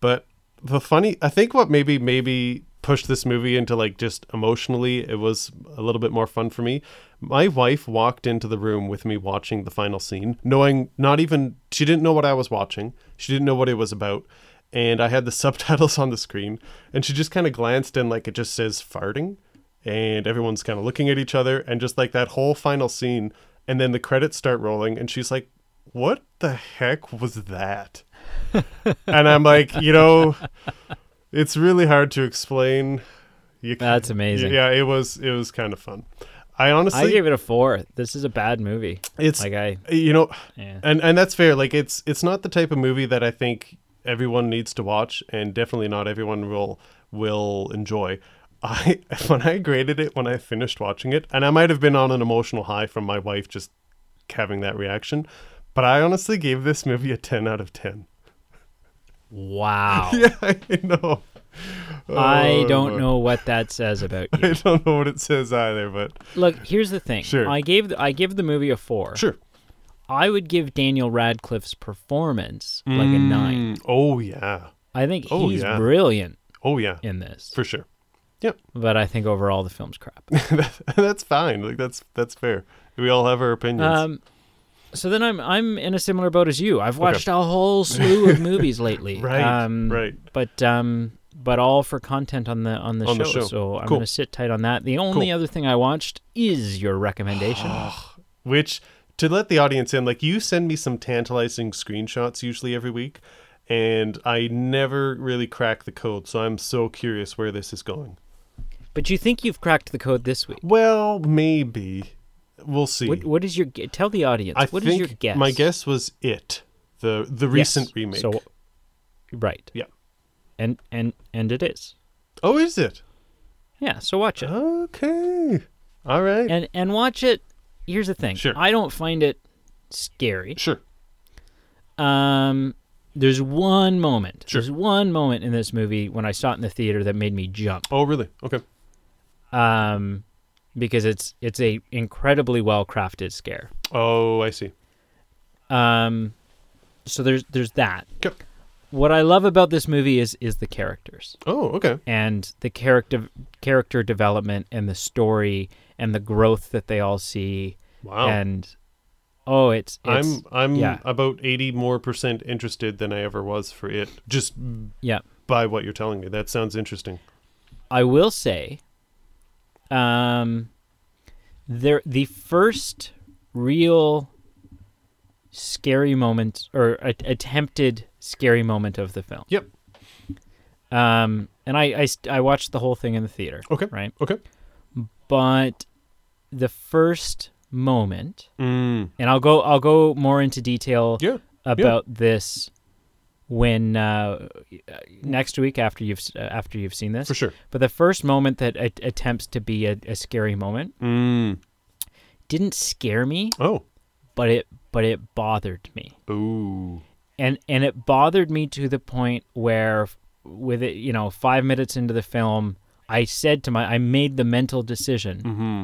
But the funny, I think what maybe maybe pushed this movie into like just emotionally, it was a little bit more fun for me. My wife walked into the room with me watching the final scene, knowing not even she didn't know what I was watching. She didn't know what it was about. And I had the [laughs] subtitles on the screen, and she just kind of glanced and like it just says farting, and everyone's kind of looking at each other, and just like that whole final scene, and then the credits start rolling, and she's like, "What the heck was that?" and I'm like, you know, it's really hard to explain. You can-
That's amazing.
Yeah, it was it was kind of fun. I
I
honestly,
gave it a four. This is a bad movie.
it's
Like I,
you know, [laughs]
yeah.
and and that's fair. Like it's it's not the type of movie that I think everyone needs to watch, and definitely not everyone will will enjoy. [laughs] I when I graded it when I finished watching it, and I might have been on an emotional high from my wife just having that reaction, but I honestly gave this movie a ten out of ten. [laughs]
Wow.
Yeah, I know.
I
Oh,
don't know what that says about
[laughs]
you.
I don't know what it says either, but
Look, here's the thing.
Sure.
I gave the, I give the movie a four.
sure.
I would give Daniel Radcliffe's performance like a nine.
Mm, Oh yeah.
I think
Oh,
he's
yeah.
brilliant
Oh yeah.
in this,
For sure.
but I think overall the film's crap.
[laughs] that's fine. Like that's that's fair. We all have our opinions.
um, so then I'm I'm in a similar boat as you. I've watched a
[laughs]
whole slew of movies lately.
Right,
Um,
right.
But um, but all for content on the on the,
On
show,
the show.
So I'm
Cool.
gonna sit tight on that. The only
Cool.
other thing I watched is your recommendation.
[gasps] which to let the audience in like you send me some tantalizing screenshots usually every week and i never really crack the code so i'm so curious where this is going
but you think you've cracked the code this week?
well maybe we'll see
What, what is your gu- tell the audience?
i
what
think
is your guess?
my guess was it the the
Yes.
recent remake
So, right.
Yeah.
And and and it is.
oh is it
Yeah. So watch it.
okay all right
And and watch it. Here's the thing.
Sure.
I don't find it scary.
sure
Um. There's one moment.
Sure.
There's one moment in this movie when I saw it in the theater that made me jump.
oh really okay
Um, because it's it's a incredibly well crafted scare.
oh i see
Um, so there's there's that.
okay.
What I love about this movie is is the characters.
oh okay
and the character character development and the story and the growth that they all see
wow
and oh it's, it's
i'm i'm
yeah.
about 80 more percent interested than i ever was for it just
yeah
by what you're telling me. That sounds interesting.
I will say um there the first real scary moment or a- attempted scary moment of the film
Yep.
um and I, I st- I watched the whole thing in the theater
Okay.
right
Okay.
but the first moment
Mm.
and I'll go I'll go more into detail
Yeah.
about this when uh, next week after you've s- uh, after you've seen this.
For sure.
But the first moment that a- attempts to be a, a scary moment
Mm.
didn't scare me,
Oh.
but it but it bothered me,
Ooh.
and and it bothered me to the point where, with it you know five minutes into the film, I said to my I made the mental decision
Mm-hmm.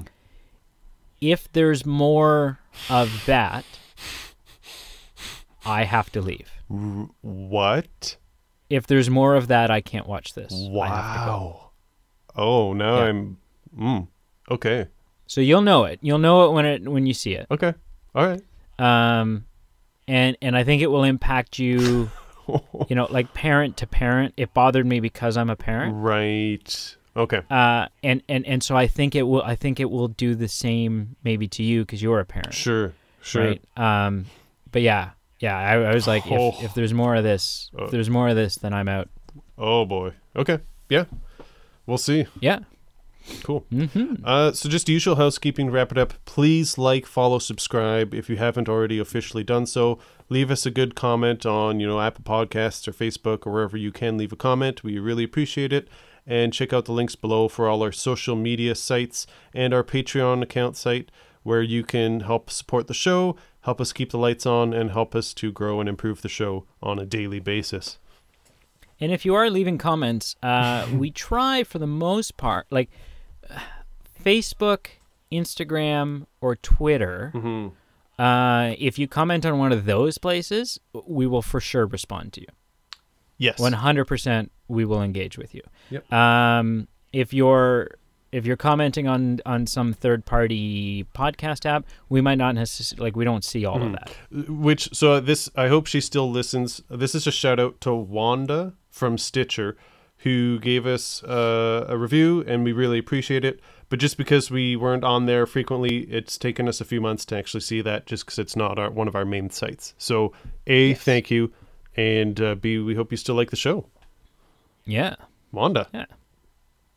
if there's more of that, I have to leave.
what?
if there's more of that, I can't watch this. I have to go.
Wow. Oh, now
Yeah.
I'm. Mm. Okay.
So you'll know it. You'll know it when it when you see it.
Okay. All right. [laughs]
Um, and and I think it will impact you. you know, like parent to parent. It bothered me because I'm a parent.
Right. Okay.
Uh, and and and so I think it will. I think it will do the same maybe to you because you're a parent.
Sure. Sure.
Right. Um, but yeah, yeah. I, I was like,
Oh.
if if there's more of this,
Uh.
if there's more of this, then I'm out.
Oh boy. Okay. Yeah. We'll see.
Yeah.
Cool.
Mm-hmm.
Uh, so just usual housekeeping to wrap it up. Please like, follow, subscribe if you haven't already officially done so. Leave us a good comment on you know Apple Podcasts or Facebook or wherever you can leave a comment. We really appreciate it. And check out the links below for all our social media sites and our Patreon account site. where you can help support the show, help us keep the lights on, and help us to grow and improve the show on a daily basis.
And if you are leaving comments,
[laughs]
uh, we try for the most part, like uh, Facebook, Instagram, or Twitter.
Mm-hmm.
Uh, if you comment on one of those places, we will for sure respond to you.
Yes.
One hundred percent, we will engage with you.
Yep.
Um, if you're if you're commenting on on some third party podcast app, we might not necessarily like we don't see all
Hmm.
of that.
Which so this I hope she still listens. This is a shout out to Wanda from Stitcher, who gave us uh, a review, and we really appreciate it. But just because we weren't on there frequently, it's taken us a few months to actually see that, just because it's not our, one of our main sites. So, a thank you, and uh, b we hope you still like the show,
Yeah.
Wanda.
Yeah.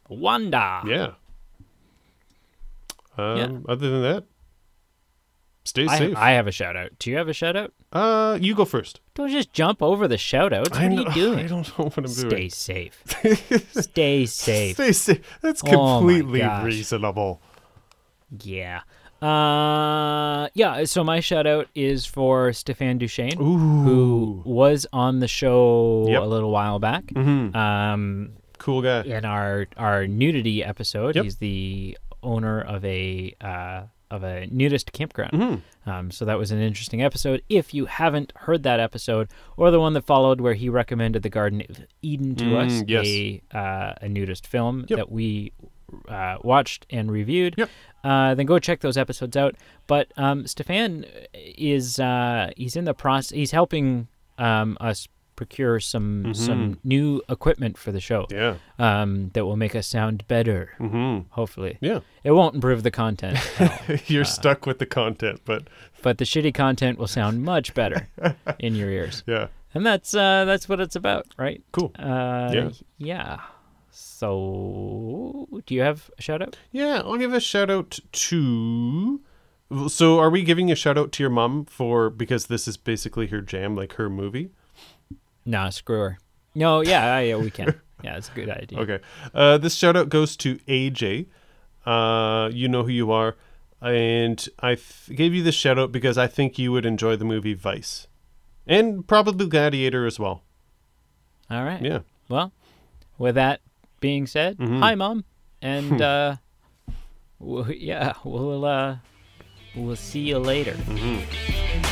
Wanda.
Yeah. Um, Other than that, stay
I,
safe.
I have a shout out. Do you have a shout out?
uh, you go first.
Don't just jump over the shout outs. What
I
are
know- [laughs]
you doing?
I don't know what I'm doing.
Stay safe.
[laughs]
Stay safe.
Stay safe. That's
Oh my
completely
gosh.
reasonable.
Yeah. Uh yeah, so my shout out is for Stefan Duchesne who was on the show
Yep.
a little while back. Um
Cool guy.
in our our nudity episode.
Yep.
He's the owner of a uh, of a nudist campground.
Mm-hmm.
Um, so that was an interesting episode. If you haven't heard that episode or the one that followed, where he recommended the Garden of Eden to
Mm,
us,
yes.
a uh, a nudist film
Yep.
that we uh, watched and reviewed.
Yep.
Uh, then go check those episodes out. But um, Stefan is uh, he's in the process. He's helping um, us procure some
Mm-hmm.
some new equipment for the show
Yeah.
um, that will make us sound better.
Mm-hmm.
Hopefully,
Yeah.
it won't improve the content,
[laughs]
[laughs]
You're stuck with the content, but
but the shitty content will sound much
[laughs]
better in your ears.
yeah.
And that's uh, that's what it's about, right?
Cool.
Uh,
Yeah.
yeah. So, do you have a shout out?
Yeah, I'll give a shout out to. So, are we giving a shout out to your mom for because this is basically her jam, like her movie?
Nah, screw her. No, yeah, I, yeah, we
[laughs]
can. Yeah, it's a good idea.
Okay. Uh, this shout out goes to AJ. Uh, you know who you are. And I th- gave you this shout out because I think you would enjoy the movie Vice and probably Gladiator as well.
All right.
Yeah. Mm-hmm.
Well, with that being said, hi, mom,
[laughs]
and uh, w- yeah, we'll uh, we'll see you later.
Bye.